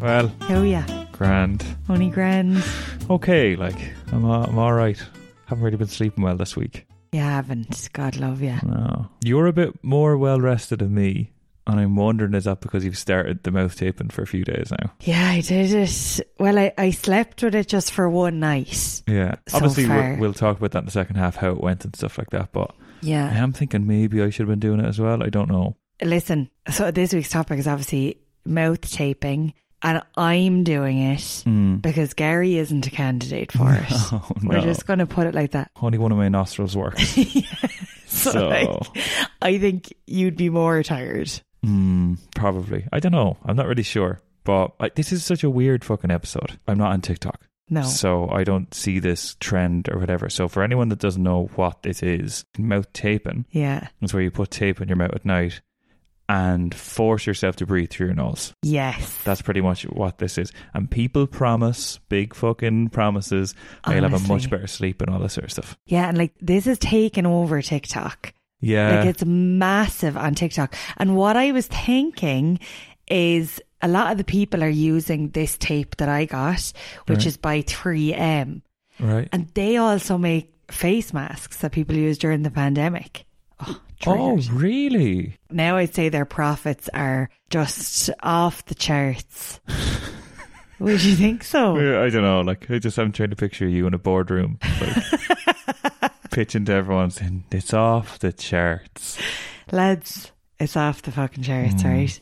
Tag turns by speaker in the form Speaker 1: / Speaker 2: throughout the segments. Speaker 1: Well,
Speaker 2: How are ya?
Speaker 1: Oh, grand.
Speaker 2: Only grand.
Speaker 1: Okay, like, I'm, uh, I'm all right. Haven't really been sleeping well this week.
Speaker 2: You haven't. God love ya.
Speaker 1: No. You're a bit more well rested than me. And I'm wondering, is that because you've started the mouth taping for a few days now?
Speaker 2: Yeah, I did it. Well, I, I slept with it just for one night.
Speaker 1: Yeah.
Speaker 2: So
Speaker 1: Obviously,
Speaker 2: far.
Speaker 1: we'll, we'll talk about that in the second half, how it went and stuff like that. But I
Speaker 2: Yeah.
Speaker 1: am thinking maybe I should have been doing it as well. I don't know.
Speaker 2: Listen, so this week's topic is obviously mouth taping, and I'm doing it
Speaker 1: Hmm.
Speaker 2: because Gary isn't a candidate for it.
Speaker 1: Oh,
Speaker 2: We're
Speaker 1: no.
Speaker 2: just going to put it like that.
Speaker 1: Only one of my nostrils works.
Speaker 2: So,
Speaker 1: So-
Speaker 2: like, I think you'd be more tired.
Speaker 1: Hmm, probably. I don't know. I'm not really sure. But I, this is such a weird fucking episode. I'm not on TikTok.
Speaker 2: No.
Speaker 1: So I don't see this trend or whatever. So for anyone that doesn't know what this is, mouth taping
Speaker 2: Yeah.
Speaker 1: is where you put tape in your mouth at night and force yourself to breathe through your nose.
Speaker 2: Yes.
Speaker 1: That's pretty much what this is. And people promise, big fucking promises,
Speaker 2: Oh,
Speaker 1: I'll have a
Speaker 2: Honestly.
Speaker 1: much better sleep and all this sort of stuff.
Speaker 2: Yeah, and like this is taking over TikTok.
Speaker 1: Yeah.
Speaker 2: Like it's massive on TikTok. And what I was thinking is a lot of the people are using this tape that I got, which
Speaker 1: Right.
Speaker 2: is by 3M.
Speaker 1: right.
Speaker 2: And they also make face masks that people use during the pandemic. Oh,
Speaker 1: Oh,
Speaker 2: triggered.
Speaker 1: really?
Speaker 2: Now I'd say their profits are just off the charts. Would you think so?
Speaker 1: Yeah, I don't know. Like, I just I'm trying to picture you in a boardroom, like, pitching to everyone saying it's off the charts.
Speaker 2: Lads, it's off the fucking
Speaker 1: Mm.
Speaker 2: charts, right?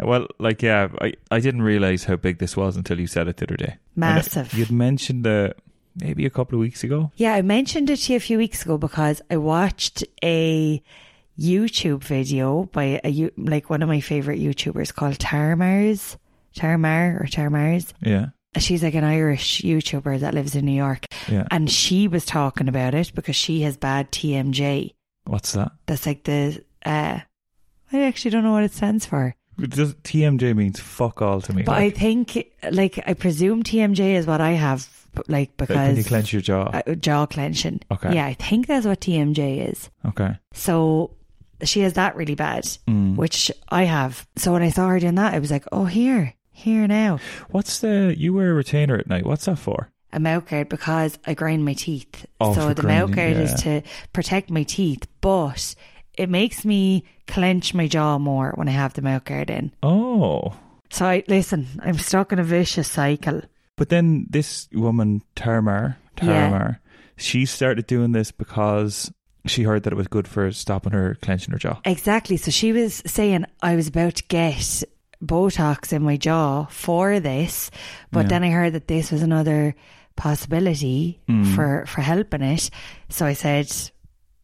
Speaker 1: Well, like, yeah, I I didn't realize how big this was until you said it the other day. And I-
Speaker 2: Massive.
Speaker 1: You'd mentioned the maybe a couple of weeks ago.
Speaker 2: Yeah, I mentioned it to you a few weeks ago because I watched a YouTube video by a you like one of my favorite YouTubers called Tarmars, Tarmar or Tarmars.
Speaker 1: Yeah,
Speaker 2: She's like an Irish YouTuber that lives in New York,
Speaker 1: yeah.
Speaker 2: and she was talking about it because she has bad TMJ.
Speaker 1: What's that?
Speaker 2: That's like the uh, I actually don't know what it stands for,
Speaker 1: Does, TMJ means fuck all to me.
Speaker 2: but I
Speaker 1: like,
Speaker 2: think like I presume TMJ is what I have, like
Speaker 1: like, when you
Speaker 2: because
Speaker 1: clench your jaw.
Speaker 2: uh, jaw clenching.
Speaker 1: Okay.
Speaker 2: yeah, I think that's what TMJ is.
Speaker 1: okay.
Speaker 2: So she has that really bad,
Speaker 1: Mm.
Speaker 2: which I have. So when I saw her doing that, I was like, oh, here, here now.
Speaker 1: What's the you wear a retainer at night? What's that for?
Speaker 2: A mouth guard because I grind my teeth.
Speaker 1: Oh,
Speaker 2: so
Speaker 1: for
Speaker 2: the mouth guard
Speaker 1: grinding,
Speaker 2: is to protect my teeth, but it makes me clench my jaw more when I have the mouth guard in.
Speaker 1: Oh,
Speaker 2: So I listen, I'm stuck in a vicious cycle.
Speaker 1: But then this woman, Tarmar,
Speaker 2: Yeah.
Speaker 1: Tarmar, she started doing this because she heard that it was good for stopping her clenching her jaw.
Speaker 2: Exactly. So she was saying I was about to get Botox in my jaw for this, but
Speaker 1: Yeah.
Speaker 2: then I heard that this was another possibility
Speaker 1: Mm.
Speaker 2: for for helping it. So I said,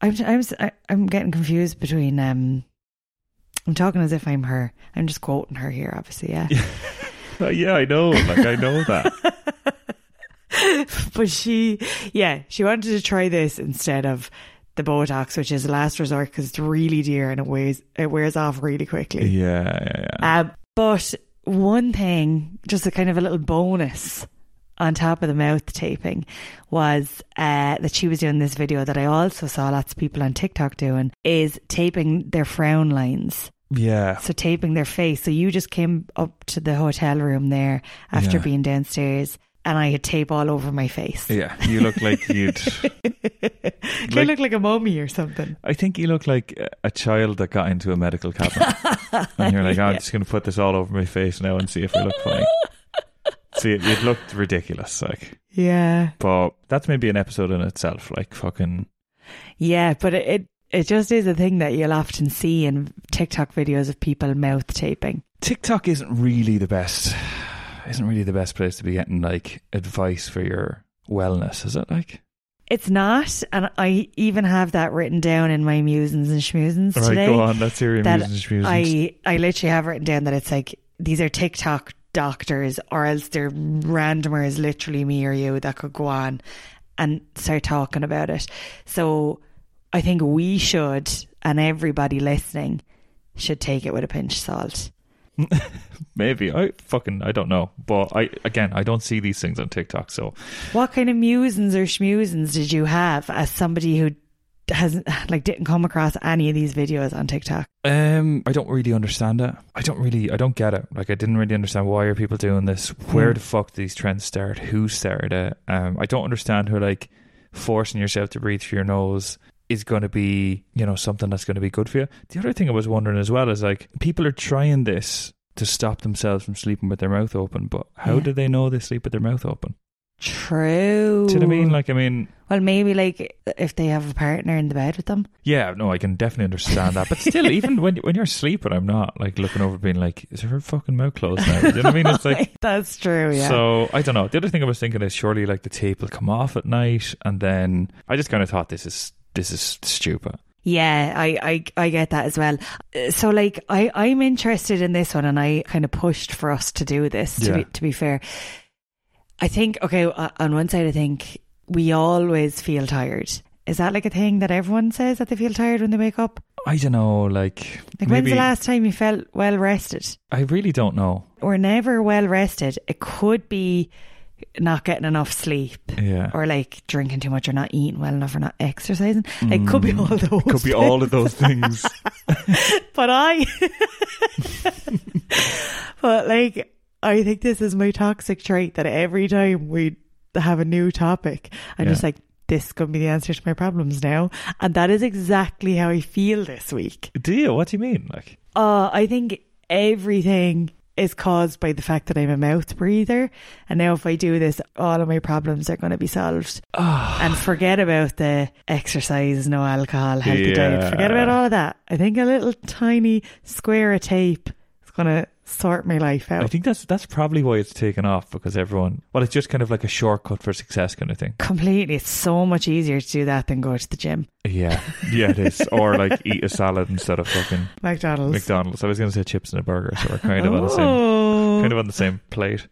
Speaker 2: "I'm I'm I- I'm getting confused between um." I'm talking as if I'm her. I'm just quoting her here, obviously, yeah.
Speaker 1: Uh, yeah, I know. Like I know that.
Speaker 2: but she, yeah, she wanted to try this instead of the Botox, which is a last resort because it's really dear and it wears it wears off really quickly.
Speaker 1: yeah, yeah, yeah.
Speaker 2: Um, but one thing, just a kind of a little bonus on top of the mouth taping, was uh, that she was doing this video that I also saw lots of people on TikTok doing is taping their frown lines.
Speaker 1: Yeah.
Speaker 2: So taping their face. So you just came up to the hotel room there after
Speaker 1: Yeah.
Speaker 2: being downstairs. And I had tape all over my face.
Speaker 1: Yeah. You look like you'd
Speaker 2: I look like a mummy or something.
Speaker 1: I think you look like a- a child that got into a medical cabinet. and you're like, "Oh, I'm just gonna put this all over my face now and see if I look funny. See it, it looked ridiculous, like
Speaker 2: Yeah.
Speaker 1: but that's maybe an episode in itself, like fucking
Speaker 2: Yeah, but it, it it just is a thing that you'll often see in TikTok videos of people mouth taping.
Speaker 1: TikTok isn't really the best. Isn't really the best place to be getting like advice for your wellness, is it? Like
Speaker 2: It's not, and I even have that written down in my musings and schmusings today.
Speaker 1: go on. That's your
Speaker 2: that
Speaker 1: amusement amusement.
Speaker 2: I I literally have written down that it's like these are TikTok doctors, or else they're randomers, literally me or you, that could go on and start talking about it. So I think we should, and everybody listening should take it with a pinch of salt.
Speaker 1: Maybe I fucking I don't know, but I again I don't see these things on TikTok, so
Speaker 2: What kind of musings or schmusings did you have as somebody who hasn't like didn't come across any of these videos on TikTok.
Speaker 1: Um, I don't really understand it. I don't really, I don't get it. Like, I didn't really understand why are people doing this. Where
Speaker 2: Hmm.
Speaker 1: the fuck do these trends start? Who started it? Um, I don't understand how like forcing yourself to breathe through your nose is going to be, you know, something that's going to be good for you. The other thing I was wondering as well is like people are trying this to stop themselves from sleeping with their mouth open, but how
Speaker 2: Yeah.
Speaker 1: do they know they sleep with their mouth open?
Speaker 2: True.
Speaker 1: Do you know what I mean? Like, I mean,
Speaker 2: well, maybe like if they have a partner in the bed with them.
Speaker 1: yeah, no, I can definitely understand that. But still, even when when you're sleeping, I'm not like looking over, being like, is her fucking mouth closed now? Do you know what I mean? It's like.
Speaker 2: that's true. Oh, Yeah.
Speaker 1: So I don't know. The other thing I was thinking is surely like the tape will come off at night, and then I just kind of thought this is this is stupid.
Speaker 2: Yeah, I, I I get that as well. Uh, So like I I'm interested in this one and I kind of pushed for us to do this to
Speaker 1: Yeah.
Speaker 2: be, to be fair. I think okay, o- on one side I think we always feel tired. Is that like a thing that everyone says that they feel tired when they wake up?
Speaker 1: I don't know. Like,
Speaker 2: Like when's
Speaker 1: maybe
Speaker 2: the last time you felt well rested?
Speaker 1: I really don't know.
Speaker 2: We're never well rested. It could be not getting enough sleep
Speaker 1: Yeah,
Speaker 2: or like drinking too much or not eating well enough or not exercising. Like could be all
Speaker 1: Mm.
Speaker 2: those.
Speaker 1: could be all of those things.
Speaker 2: but I, but like, I think this is my toxic trait that every time we have a new topic, I'm
Speaker 1: Yeah.
Speaker 2: just like, this could be the answer to my problems now. And that is exactly how I feel this week.
Speaker 1: do you? What do you mean? Like,
Speaker 2: Uh, I think everything is caused by the fact that I'm a mouth breather. And now if I do this, all of my problems are going to be solved.
Speaker 1: ah,
Speaker 2: And forget about the exercise, no alcohol, healthy
Speaker 1: Yeah.
Speaker 2: diet. Forget about all of that. I think a little tiny square of tape is going to sort my life
Speaker 1: I
Speaker 2: out.
Speaker 1: think that's that's probably why it's taken off because everyone. Well, it's just kind of like a shortcut for success kind of thing.
Speaker 2: Completely. It's so much easier to do that than go to the gym.
Speaker 1: Yeah, yeah, it is. or like eat a salad instead of fucking
Speaker 2: McDonald's.
Speaker 1: McDonald's. I was going to say chips and a burger, so we're kind of on the same
Speaker 2: Oh.
Speaker 1: kind of on the same plate.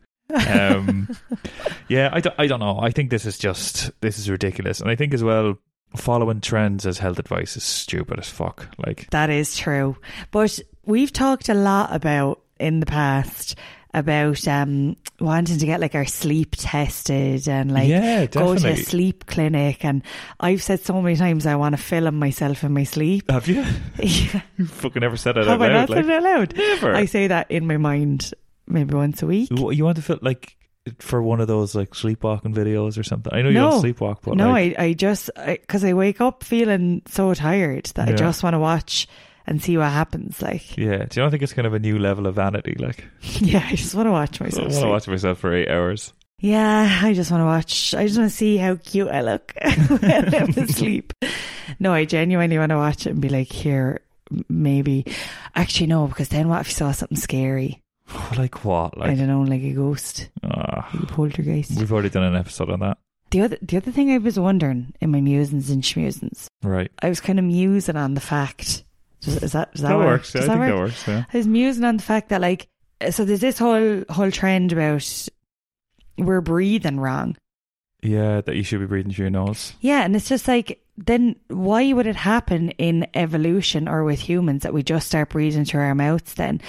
Speaker 1: um, yeah, I don't, I don't know. I think this is just this is ridiculous, and I think as well following trends as health advice is stupid as fuck. Like,
Speaker 2: That is true. But we've talked a lot about in the past about um wanting to get like our sleep tested and like
Speaker 1: yeah,
Speaker 2: go to a
Speaker 1: definitely.
Speaker 2: sleep clinic and I've said so many times I want to film myself in my sleep.
Speaker 1: Have you?
Speaker 2: Yeah.
Speaker 1: you fucking never said it out
Speaker 2: Have I
Speaker 1: loud?
Speaker 2: not
Speaker 1: Like,
Speaker 2: said it out loud?
Speaker 1: never.
Speaker 2: I say that in my mind maybe once a week.
Speaker 1: What, you want to feel like for one of those like sleepwalking videos or something? I know you
Speaker 2: No.
Speaker 1: don't sleepwalk, but
Speaker 2: no,
Speaker 1: like,
Speaker 2: I, I just because I, wake up feeling so tired that I
Speaker 1: Yeah.
Speaker 2: just want to watch and see what happens. Like,
Speaker 1: yeah. Do you not think it's kind of a new level of vanity? Like,
Speaker 2: yeah, I just want to watch
Speaker 1: I
Speaker 2: myself.
Speaker 1: want to
Speaker 2: sleep.
Speaker 1: watch myself for eight hours.
Speaker 2: Yeah, I just want to watch. I just want to see how cute I look when I'm asleep. No, I genuinely want to watch it and be like, here, m- maybe. Actually, no, because then what if you saw something scary?
Speaker 1: like what?
Speaker 2: I
Speaker 1: Like,
Speaker 2: don't know, like a ghost,
Speaker 1: ah,
Speaker 2: like a poltergeist.
Speaker 1: we've already done an episode on that,
Speaker 2: The other, the other thing I was wondering in my musings and schmusings,
Speaker 1: right?
Speaker 2: I was kind of musing on the fact. Does, is that, does that,
Speaker 1: That,
Speaker 2: work?
Speaker 1: works. Yeah, I
Speaker 2: Does
Speaker 1: think
Speaker 2: work?
Speaker 1: that works. Yeah.
Speaker 2: I was musing on the fact that like uh, so there's this whole whole trend about we're breathing wrong.
Speaker 1: Yeah, that you should be breathing through your nose.
Speaker 2: Yeah, and it's just like then why would it happen in evolution or with humans that we just start breathing through our mouths then?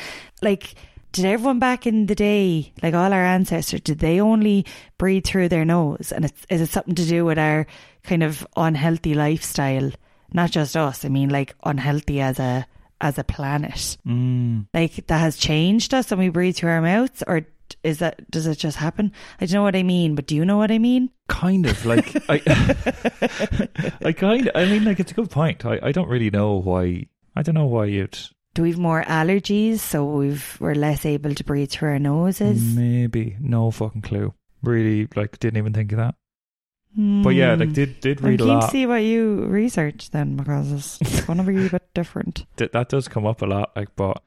Speaker 2: Like did everyone back in the day, like all our ancestors, did they only breathe through their nose? And it's, is it something to do with our kind of unhealthy lifestyle? Not just us. I mean, like unhealthy as a as a planet
Speaker 1: Mm.
Speaker 2: like that has changed us and we breathe through our mouths or is that does it just happen i don't know what i mean but do you know what i mean
Speaker 1: Kind of like I, I kind. I mean, like it's a good point. I, I don't really know why. I don't know why you'd
Speaker 2: do we have more allergies so we've we're less able to breathe through our
Speaker 1: Mm.
Speaker 2: noses
Speaker 1: maybe no fucking clue. Really, like didn't even think of that. But yeah, like did did
Speaker 2: Hmm. Mm. I'm
Speaker 1: read a
Speaker 2: keen to
Speaker 1: lot.
Speaker 2: see what you research then because it's- it's going to be a bit different.
Speaker 1: Th- that does come up a lot. Like, but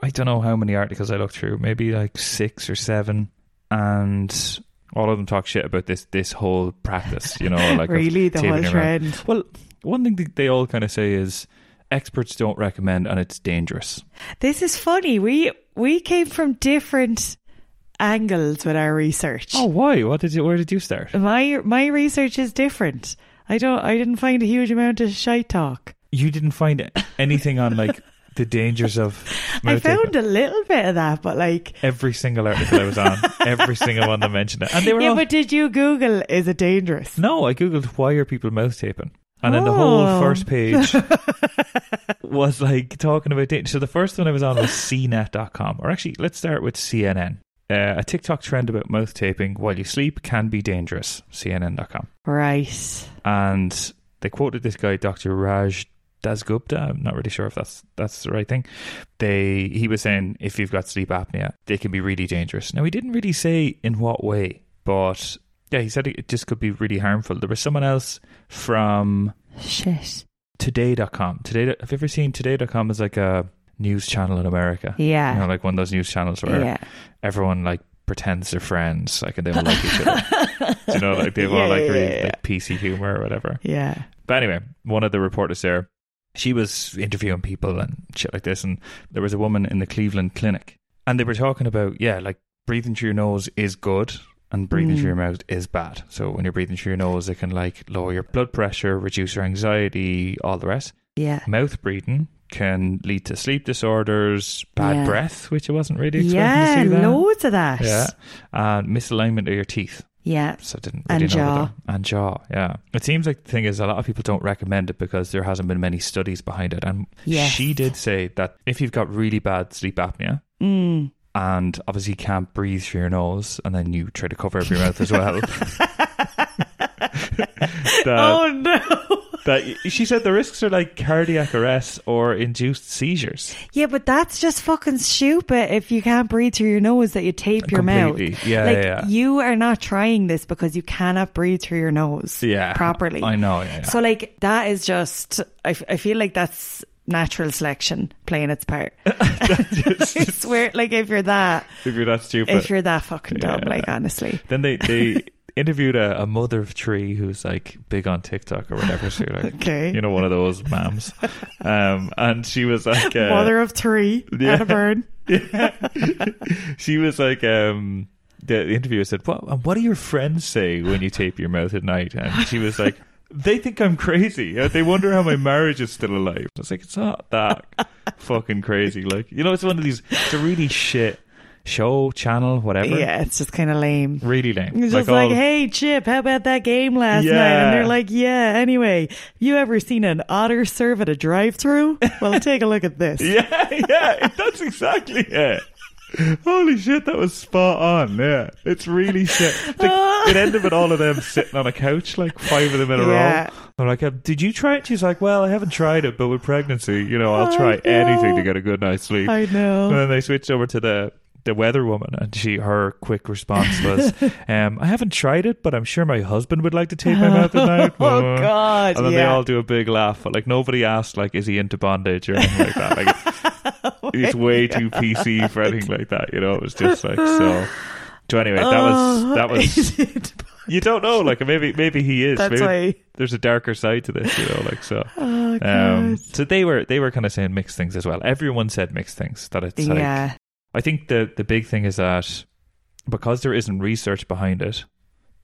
Speaker 1: I don't know how many articles I looked through. Maybe like six or seven, and all of them talk shit about this this whole practice. You know, like of
Speaker 2: really, the
Speaker 1: taping
Speaker 2: whole
Speaker 1: your mouth.
Speaker 2: trend.
Speaker 1: Well, one thing that they all kind of say is experts don't recommend and it's dangerous.
Speaker 2: This is funny. We we came from different angles with our research.
Speaker 1: Oh, why? What did you? Where did you start?
Speaker 2: My my research is different. I don't. I didn't find a huge amount of shite talk.
Speaker 1: You didn't find anything on like the dangers of.
Speaker 2: I
Speaker 1: mouth
Speaker 2: found
Speaker 1: open.
Speaker 2: a little bit of that, but like,
Speaker 1: every single article I was on, every single one that mentioned it, and they were
Speaker 2: yeah.
Speaker 1: all.
Speaker 2: But did you Google is it dangerous?
Speaker 1: no, I googled why are people mouth taping, And then the whole
Speaker 2: Oh.
Speaker 1: first page was like talking about dating. So the first one I was on was cnet.com. Or actually, let's start with CNN. Uh, a TikTok trend about mouth taping while you sleep can be dangerous. CNN.com.
Speaker 2: Right.
Speaker 1: And they quoted this guy, Dr. Raj Dasgupta. I'm not really sure if that's that's the right thing. They he was saying if you've got sleep apnea, they can be really dangerous. Now he didn't really say in what way, but yeah, he said it just could be really harmful. There was someone else from
Speaker 2: Shit.
Speaker 1: today.com. Today have you ever seen today.com is like a news channel in America?
Speaker 2: Yeah.
Speaker 1: You know, like one of those news channels where
Speaker 2: yeah.
Speaker 1: everyone like pretends they're friends, like and they all like each other. Do you know, like they've all like really like PC humor or whatever.
Speaker 2: yeah.
Speaker 1: But anyway, one of the reporters there, she was interviewing people and shit like this, and there was a woman in the Cleveland clinic, and they were talking about yeah, like breathing through your nose is good. And breathing
Speaker 2: Mm.
Speaker 1: through your mouth is bad. So when you're breathing through your nose, it can like lower your blood pressure, reduce your anxiety, all the rest.
Speaker 2: Yeah.
Speaker 1: Mouth breathing can lead to sleep disorders, bad
Speaker 2: Yeah.
Speaker 1: breath, which I wasn't really expecting
Speaker 2: Yeah.
Speaker 1: to see that.
Speaker 2: Loads of that.
Speaker 1: Yeah, and misalignment of your teeth.
Speaker 2: Yeah.
Speaker 1: So I didn't really
Speaker 2: And
Speaker 1: know
Speaker 2: jaw.
Speaker 1: about that. and jaw. Yeah, it seems like the thing is a lot of people don't recommend it because there hasn't been many studies behind it. And
Speaker 2: Yes.
Speaker 1: she did say that if you've got really bad sleep apnea
Speaker 2: Mm.
Speaker 1: and obviously you can't breathe through your nose and then you try to cover up your mouth as well, uh,
Speaker 2: oh no.
Speaker 1: that she said the risks are like cardiac arrest or induced seizures.
Speaker 2: Yeah, but that's just fucking stupid if you can't breathe through your nose that you tape your
Speaker 1: Completely.
Speaker 2: mouth.
Speaker 1: Yeah,
Speaker 2: like
Speaker 1: yeah, yeah.
Speaker 2: you are not trying this because you cannot breathe through your nose
Speaker 1: Yeah,
Speaker 2: properly.
Speaker 1: I know. Yeah, yeah.
Speaker 2: So like that is just I, f- I feel like that's natural selection playing its part. I swear like if you're that
Speaker 1: if you're that stupid,
Speaker 2: if you're that fucking dumb
Speaker 1: Yeah.
Speaker 2: like honestly.
Speaker 1: Then they they interviewed a, a mother of three who's like big on TikTok or whatever. So you're like,
Speaker 2: Okay.
Speaker 1: you know, one of those moms. Um, and she was like, uh,
Speaker 2: Mother of three
Speaker 1: Yeah.
Speaker 2: and a bird.
Speaker 1: she was like, um, the the interviewer said, "What? and What do your friends say when you tape your mouth at night?" And she was like. They think I'm crazy. Uh, They wonder how my marriage is still alive. It's like it's not that fucking crazy. Like you know, it's one of these. It's a really shit show, channel, whatever.
Speaker 2: Yeah, it's just kinda lame.
Speaker 1: Really lame.
Speaker 2: It's just like,
Speaker 1: all-
Speaker 2: hey, Chip, how about that game last
Speaker 1: Yeah.
Speaker 2: night? And they're like, yeah, anyway, you ever seen an otter serve at a drive through? Well, take a look at this.
Speaker 1: Yeah, yeah, that's exactly it. Holy shit, that was spot on. Yeah, it's really shit. Like, it ended with all of them sitting on a couch, like five of them in a
Speaker 2: Yeah.
Speaker 1: row. They're like, um, "Did you try it?" She's like, "Well, I haven't tried it, but with pregnancy, you know, I'll
Speaker 2: I
Speaker 1: try anything
Speaker 2: know.
Speaker 1: to get a good night's sleep."
Speaker 2: Oh, I know.
Speaker 1: And then they switched over to the the weather woman, and she her quick response was, um, "I haven't tried it, but I'm sure my husband would like to tape my mouth at night."
Speaker 2: Oh, God.
Speaker 1: uh, And then they
Speaker 2: yeah.
Speaker 1: all do a big laugh, but like nobody asked, like, is he into bondage or anything like that? Like, it's way too PC for anything like that. You know, it was just like so. So anyway, that
Speaker 2: Oh.
Speaker 1: was that was.
Speaker 2: was.
Speaker 1: You don't know, like maybe maybe he is.
Speaker 2: That's
Speaker 1: maybe
Speaker 2: why.
Speaker 1: there's a darker side to this, you know, like so.
Speaker 2: Oh,
Speaker 1: Um,
Speaker 2: God.
Speaker 1: so they were they were kind of saying mixed things as well. Everyone said mixed things. That it's like
Speaker 2: yeah.
Speaker 1: I think the the big thing is that because there isn't research behind it,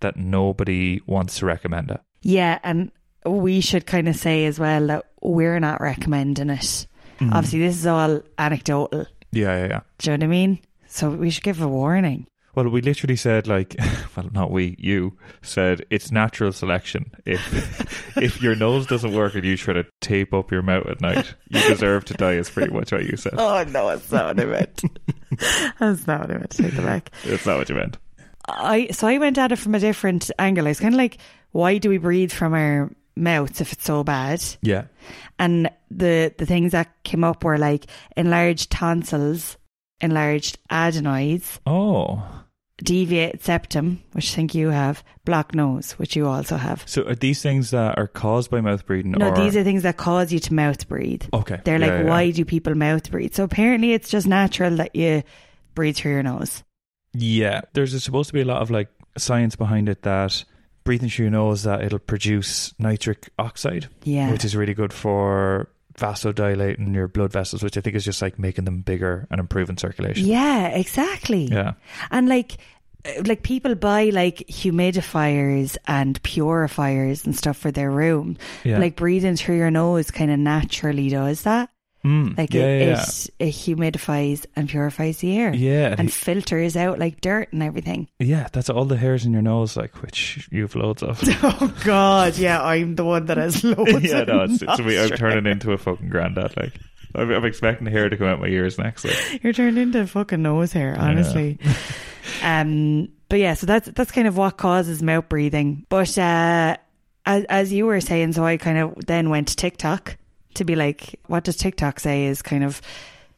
Speaker 1: that nobody wants to recommend it.
Speaker 2: Yeah. And we should kind of say as well that we're not recommending it.
Speaker 1: Mm.
Speaker 2: Mm. Obviously, this is all anecdotal.
Speaker 1: Yeah, yeah, yeah.
Speaker 2: Do you know what I mean? So we should give a warning.
Speaker 1: Well, we literally said like, well, not we, you said it's natural selection. If if your nose doesn't work and you try to tape up your mouth at night, you deserve to die. Is pretty much what you said.
Speaker 2: Oh, no, it's not what I meant. That's not what I meant. Take it back.
Speaker 1: It's not what you meant.
Speaker 2: I so I went at it from a different angle. I was kind of like, why do we breathe from our mouths if it's so bad?
Speaker 1: Yeah.
Speaker 2: And the the things that came up were like enlarged tonsils, enlarged adenoids,
Speaker 1: Oh,
Speaker 2: deviated septum, which I think you have, blocked nose, which you also have.
Speaker 1: so are these things that are caused by mouth breathing?
Speaker 2: No,
Speaker 1: or...
Speaker 2: these are things that cause you to mouth breathe.
Speaker 1: okay.
Speaker 2: They're
Speaker 1: Yeah,
Speaker 2: like,
Speaker 1: yeah,
Speaker 2: why do people mouth breathe? So apparently, it's just natural that you breathe through your nose.
Speaker 1: Yeah, there's supposed to be a lot of like science behind it that breathing through your nose that it'll produce nitric oxide,
Speaker 2: Yeah,
Speaker 1: which is really good for vasodilating your blood vessels, which I think is just like making them bigger and improving circulation.
Speaker 2: yeah, exactly.
Speaker 1: Yeah.
Speaker 2: And like, uh, like people buy like humidifiers and purifiers and stuff for their room.
Speaker 1: Yeah.
Speaker 2: Like breathing through your nose kind of naturally does that.
Speaker 1: Mm,
Speaker 2: Like
Speaker 1: yeah,
Speaker 2: it,
Speaker 1: yeah, yeah.
Speaker 2: it it humidifies and purifies the air
Speaker 1: Yeah, and
Speaker 2: and filters out like dirt and everything.
Speaker 1: Yeah, that's all the hairs in your nose, like which you've loads of.
Speaker 2: Oh God, yeah, I'm the one that has loads.
Speaker 1: yeah,
Speaker 2: of
Speaker 1: no, it's, it's me. I'm
Speaker 2: nostrils.
Speaker 1: turning into a fucking granddad. Like I'm, I'm expecting hair to come out my ears next. Like.
Speaker 2: You're turned into fucking nose hair,
Speaker 1: Yeah.
Speaker 2: honestly. um, but yeah, so that's that's kind of what causes mouth breathing. But uh, as as you were saying, so I kind of then went to TikTok to be like, what does TikTok say is kind of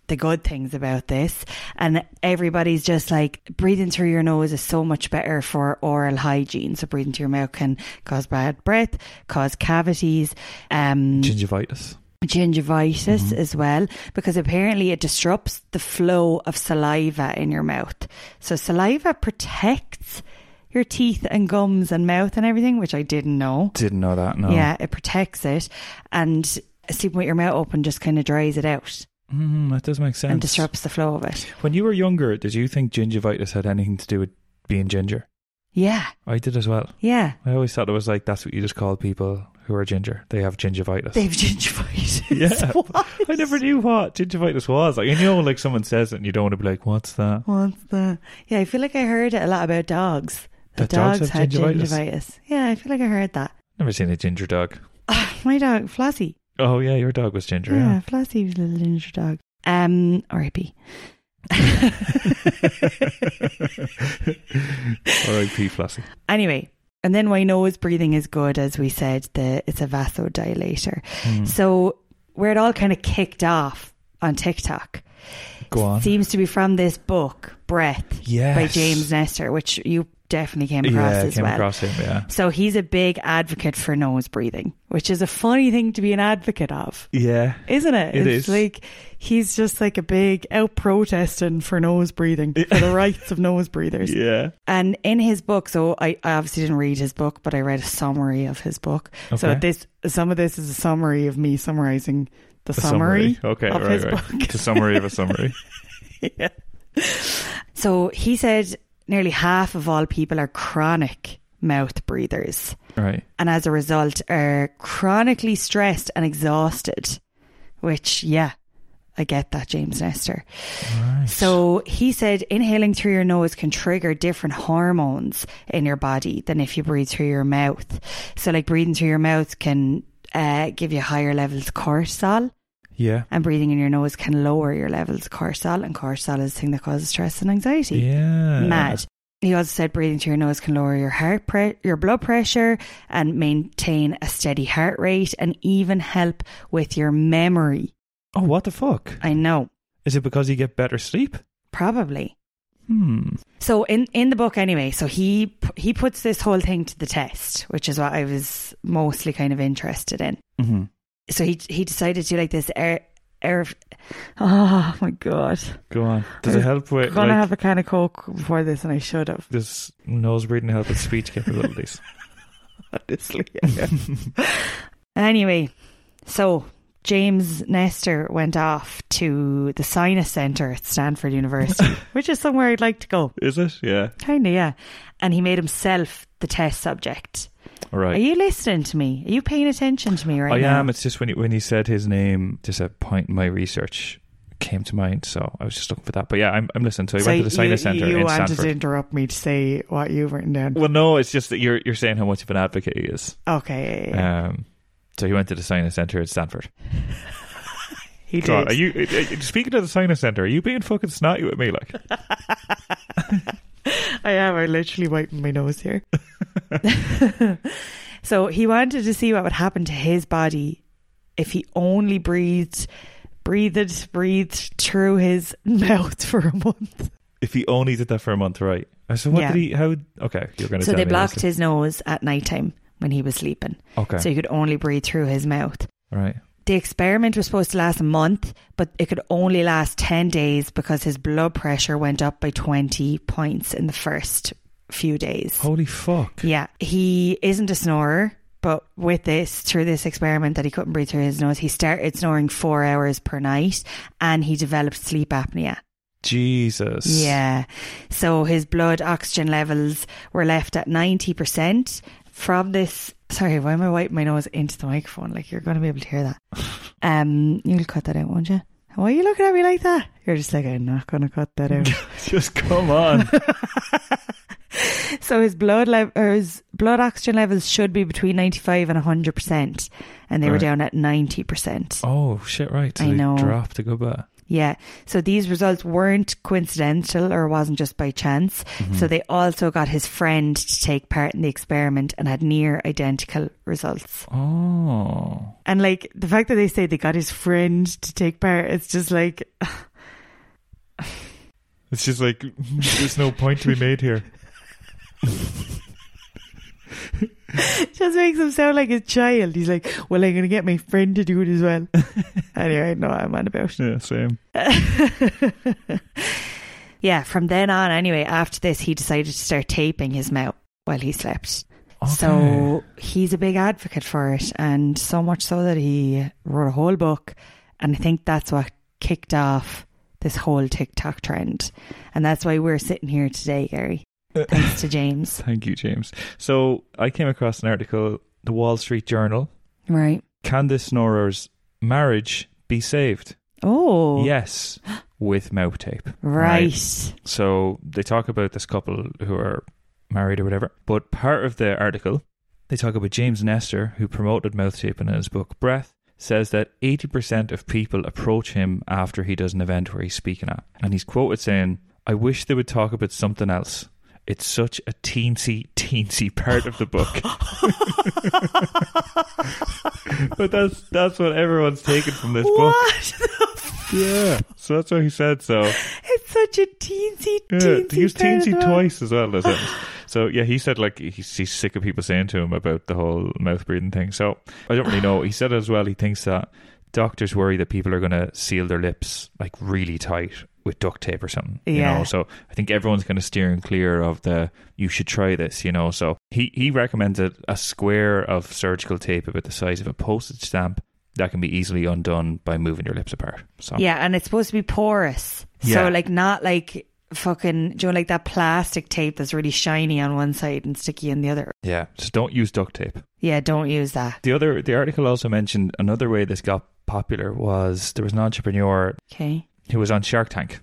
Speaker 2: the good things about this? And everybody's just like breathing through your nose is so much better for oral hygiene. So breathing through your mouth can cause bad breath, cause cavities. Um,
Speaker 1: Gingivitis.
Speaker 2: gingivitis
Speaker 1: Mhm.
Speaker 2: as well because apparently it disrupts the flow of saliva in your mouth. So saliva protects your teeth and gums and mouth and everything, which I didn't know.
Speaker 1: Didn't know that. No.
Speaker 2: Yeah, it protects it and sleeping with your mouth open just kind of dries it out
Speaker 1: Mm, that does make sense.
Speaker 2: and disrupts the flow of it.
Speaker 1: When you were younger, did you think gingivitis had anything to do with being ginger?
Speaker 2: Yeah.
Speaker 1: I did as well.
Speaker 2: Yeah.
Speaker 1: I always thought it was like that's what you just call people who are ginger. They have gingivitis.
Speaker 2: They've gingivitis.
Speaker 1: Yeah.
Speaker 2: What?
Speaker 1: I never knew what gingivitis was. Like you know, like someone says it, and you don't want to be like, "What's that?"
Speaker 2: What's that? uh, Yeah, I feel like I heard it a lot about dogs.
Speaker 1: That dogs have
Speaker 2: had
Speaker 1: gingivitis?
Speaker 2: gingivitis. Yeah, I feel like I heard that.
Speaker 1: Never seen a ginger dog.
Speaker 2: My dog, Flossie.
Speaker 1: Oh yeah, your dog was ginger.
Speaker 2: Yeah,
Speaker 1: Yeah.
Speaker 2: Flossie was a little ginger dog. Um, R.I.P.
Speaker 1: R.I.P. Flossie.
Speaker 2: Anyway, and then why nose breathing is good, as we said, the it's a vasodilator.
Speaker 1: Mm.
Speaker 2: So where it all kind of kicked off on TikTok
Speaker 1: Go on.
Speaker 2: seems to be from this book, Breath,
Speaker 1: Yes.
Speaker 2: by James Nestor, which you definitely came across
Speaker 1: yeah, I
Speaker 2: as
Speaker 1: came
Speaker 2: well.
Speaker 1: across him. Yeah.
Speaker 2: So he's a big advocate for nose breathing, which is a funny thing to be an advocate of.
Speaker 1: Yeah.
Speaker 2: isn't it?
Speaker 1: It is.
Speaker 2: it's like he's just like a big out protesting for nose breathing, for the rights of nose breathers.
Speaker 1: Yeah.
Speaker 2: And in his book, so I, I obviously didn't read his book, but I read a summary of his book. So
Speaker 1: Okay.
Speaker 2: this some of this is a summary of me summarizing the
Speaker 1: A
Speaker 2: summary,
Speaker 1: Okay.
Speaker 2: of
Speaker 1: right.
Speaker 2: his
Speaker 1: right.
Speaker 2: book.
Speaker 1: It's a summary of a summary.
Speaker 2: yeah. So he said nearly half of all people are chronic mouth breathers.
Speaker 1: right.
Speaker 2: and as a result are chronically stressed and exhausted. Which, yeah, I get that, James Nestor.
Speaker 1: Right.
Speaker 2: So he said inhaling through your nose can trigger different hormones in your body than if you breathe through your mouth. So, like breathing through your mouth can uh, give you higher levels of cortisol,
Speaker 1: Yeah.
Speaker 2: and breathing in your nose can lower your levels of cortisol, and cortisol is the thing that causes stress and anxiety
Speaker 1: Yeah.
Speaker 2: mad. He also said breathing through your nose can lower your heart pre- your blood pressure and maintain a steady heart rate and even help with your memory.
Speaker 1: Oh, what the fuck?
Speaker 2: I know,
Speaker 1: Is it because you get better sleep?
Speaker 2: probably.
Speaker 1: Hmm.
Speaker 2: So in in the book anyway, so he p- he puts this whole thing to the test, which is what I was mostly kind of interested in.
Speaker 1: Mm-hmm.
Speaker 2: So he he decided to do like this air air Oh my god.
Speaker 1: Go on. Does it help
Speaker 2: I'm
Speaker 1: with
Speaker 2: going
Speaker 1: like
Speaker 2: to have a can of coke before this and I should have.
Speaker 1: this nose breathing help with speech capabilities?
Speaker 2: honestly. anyway, so James Nestor went off to the Sinus Centre at Stanford University, which is somewhere I'd like to go.
Speaker 1: Is it? Yeah.
Speaker 2: Kinda, yeah. And he made himself the test subject.
Speaker 1: All
Speaker 2: Are
Speaker 1: right.
Speaker 2: you listening to me? Are you paying attention to me right
Speaker 1: I
Speaker 2: now?
Speaker 1: am. It's just when you, when you said his name, just a point in my research came to mind. So I was just looking for that. But yeah, I'm, I'm listening. So I went to the Sinus Centre
Speaker 2: You
Speaker 1: in
Speaker 2: wanted
Speaker 1: Stanford.
Speaker 2: to interrupt me to say what you've written down.
Speaker 1: Well, no, it's just that you're you're saying how much of an advocate he is.
Speaker 2: Okay,
Speaker 1: Um, so he went to the Sinus Centre at Stanford.
Speaker 2: he did.
Speaker 1: God, are you uh, uh, speaking of the Sinus Centre? Are you being fucking snotty with me? Like,
Speaker 2: I am. I'm literally wiping my nose here. so he wanted to see what would happen to his body if he only breathed, breathed, breathed through his mouth for a month.
Speaker 1: if he only did that for a month, right? Uh, So what
Speaker 2: Yeah.
Speaker 1: did he? How? Okay, you're going to.
Speaker 2: So
Speaker 1: tell
Speaker 2: they
Speaker 1: me
Speaker 2: blocked
Speaker 1: this.
Speaker 2: his nose at nighttime when he was sleeping,
Speaker 1: Okay,
Speaker 2: so he could only breathe through his mouth.
Speaker 1: right.
Speaker 2: The experiment was supposed to last a month, but it could only last 10 days because his blood pressure went up by 20 points in the first few days.
Speaker 1: Holy fuck!
Speaker 2: Yeah, he isn't a snorer, but with this, through this experiment that he couldn't breathe through his nose, he started snoring four hours per night and he developed sleep apnea.
Speaker 1: Jesus.
Speaker 2: Yeah. So his blood oxygen levels were left at 90% from this. Sorry, why am I wiping my nose into the microphone? Like, you're going to be able to hear that. Um, you'll cut that out, won't you? Why are you looking at me like that? You're just like, I'm not going to cut that out.
Speaker 1: Just come on.
Speaker 2: so his blood level, or his blood oxygen levels should be between 95 and 100%, and they were
Speaker 1: Right.
Speaker 2: down at 90%.
Speaker 1: oh shit! Right. So
Speaker 2: I
Speaker 1: they
Speaker 2: know.
Speaker 1: Dropped a good bit.
Speaker 2: Yeah. So these results weren't coincidental or wasn't just by chance.
Speaker 1: Hmm.
Speaker 2: So they also got his friend to take part in the experiment and had near identical results.
Speaker 1: Mm-hmm. Oh.
Speaker 2: And like the fact that they say they got his friend to take part, it's just like
Speaker 1: It's just like there's no point to be made here.
Speaker 2: it just makes him sound like a child. He's like, Well, I'm gonna get my friend to do it as well. anyway, no, I'm on about.
Speaker 1: Yeah. Same.
Speaker 2: yeah, from then on anyway, after this he decided to start taping his mouth while he slept. So he's a big advocate for it, and so much so that he wrote a whole book. And I think that's what kicked off this whole TikTok trend. And that's why we're sitting here today, Gary. Thanks to James.
Speaker 1: Thank you, James. So I came across an article, the Wall Street Journal.
Speaker 2: Right.
Speaker 1: Can this snorer's marriage be saved?
Speaker 2: Oh,
Speaker 1: Yes, with mouth tape.
Speaker 2: Right.
Speaker 1: So they talk about this couple who are married or whatever. But part of the article, they talk about James Nestor, who promoted mouth taping in his book Breath, says that 80% of people approach him after he does an event where he's speaking at. And he's quoted saying, I wish they would talk about something else. It's such a teensy, teensy part of the book. but that's that's what everyone's taken from this book.
Speaker 2: What?
Speaker 1: Yeah. So that's what he said. So
Speaker 2: it's such a teensy,
Speaker 1: yeah,
Speaker 2: teensy.
Speaker 1: he used
Speaker 2: part of the
Speaker 1: teensy
Speaker 2: world.
Speaker 1: twice as well. As so yeah, he said like he's, he's sick of people saying to him about the whole mouth breathing thing. So I don't really know. He said as well he thinks that doctors worry that people are going to seal their lips like really tight with duct tape or something. You
Speaker 2: Yeah.
Speaker 1: know? So I think everyone's kind of steering clear of the you should try this. You know. So he he recommended a square of surgical tape about the size of a postage stamp that can be easily undone by moving your lips apart. So
Speaker 2: Yeah, and it's supposed to be porous.
Speaker 1: Yeah.
Speaker 2: So like not like fucking do you know like that plastic tape that's really shiny on one side and sticky on the other.
Speaker 1: yeah. Just don't use duct tape.
Speaker 2: Yeah, don't use that.
Speaker 1: The other the article also mentioned another way this got popular was there was an entrepreneur
Speaker 2: Okay.
Speaker 1: who was on Shark Tank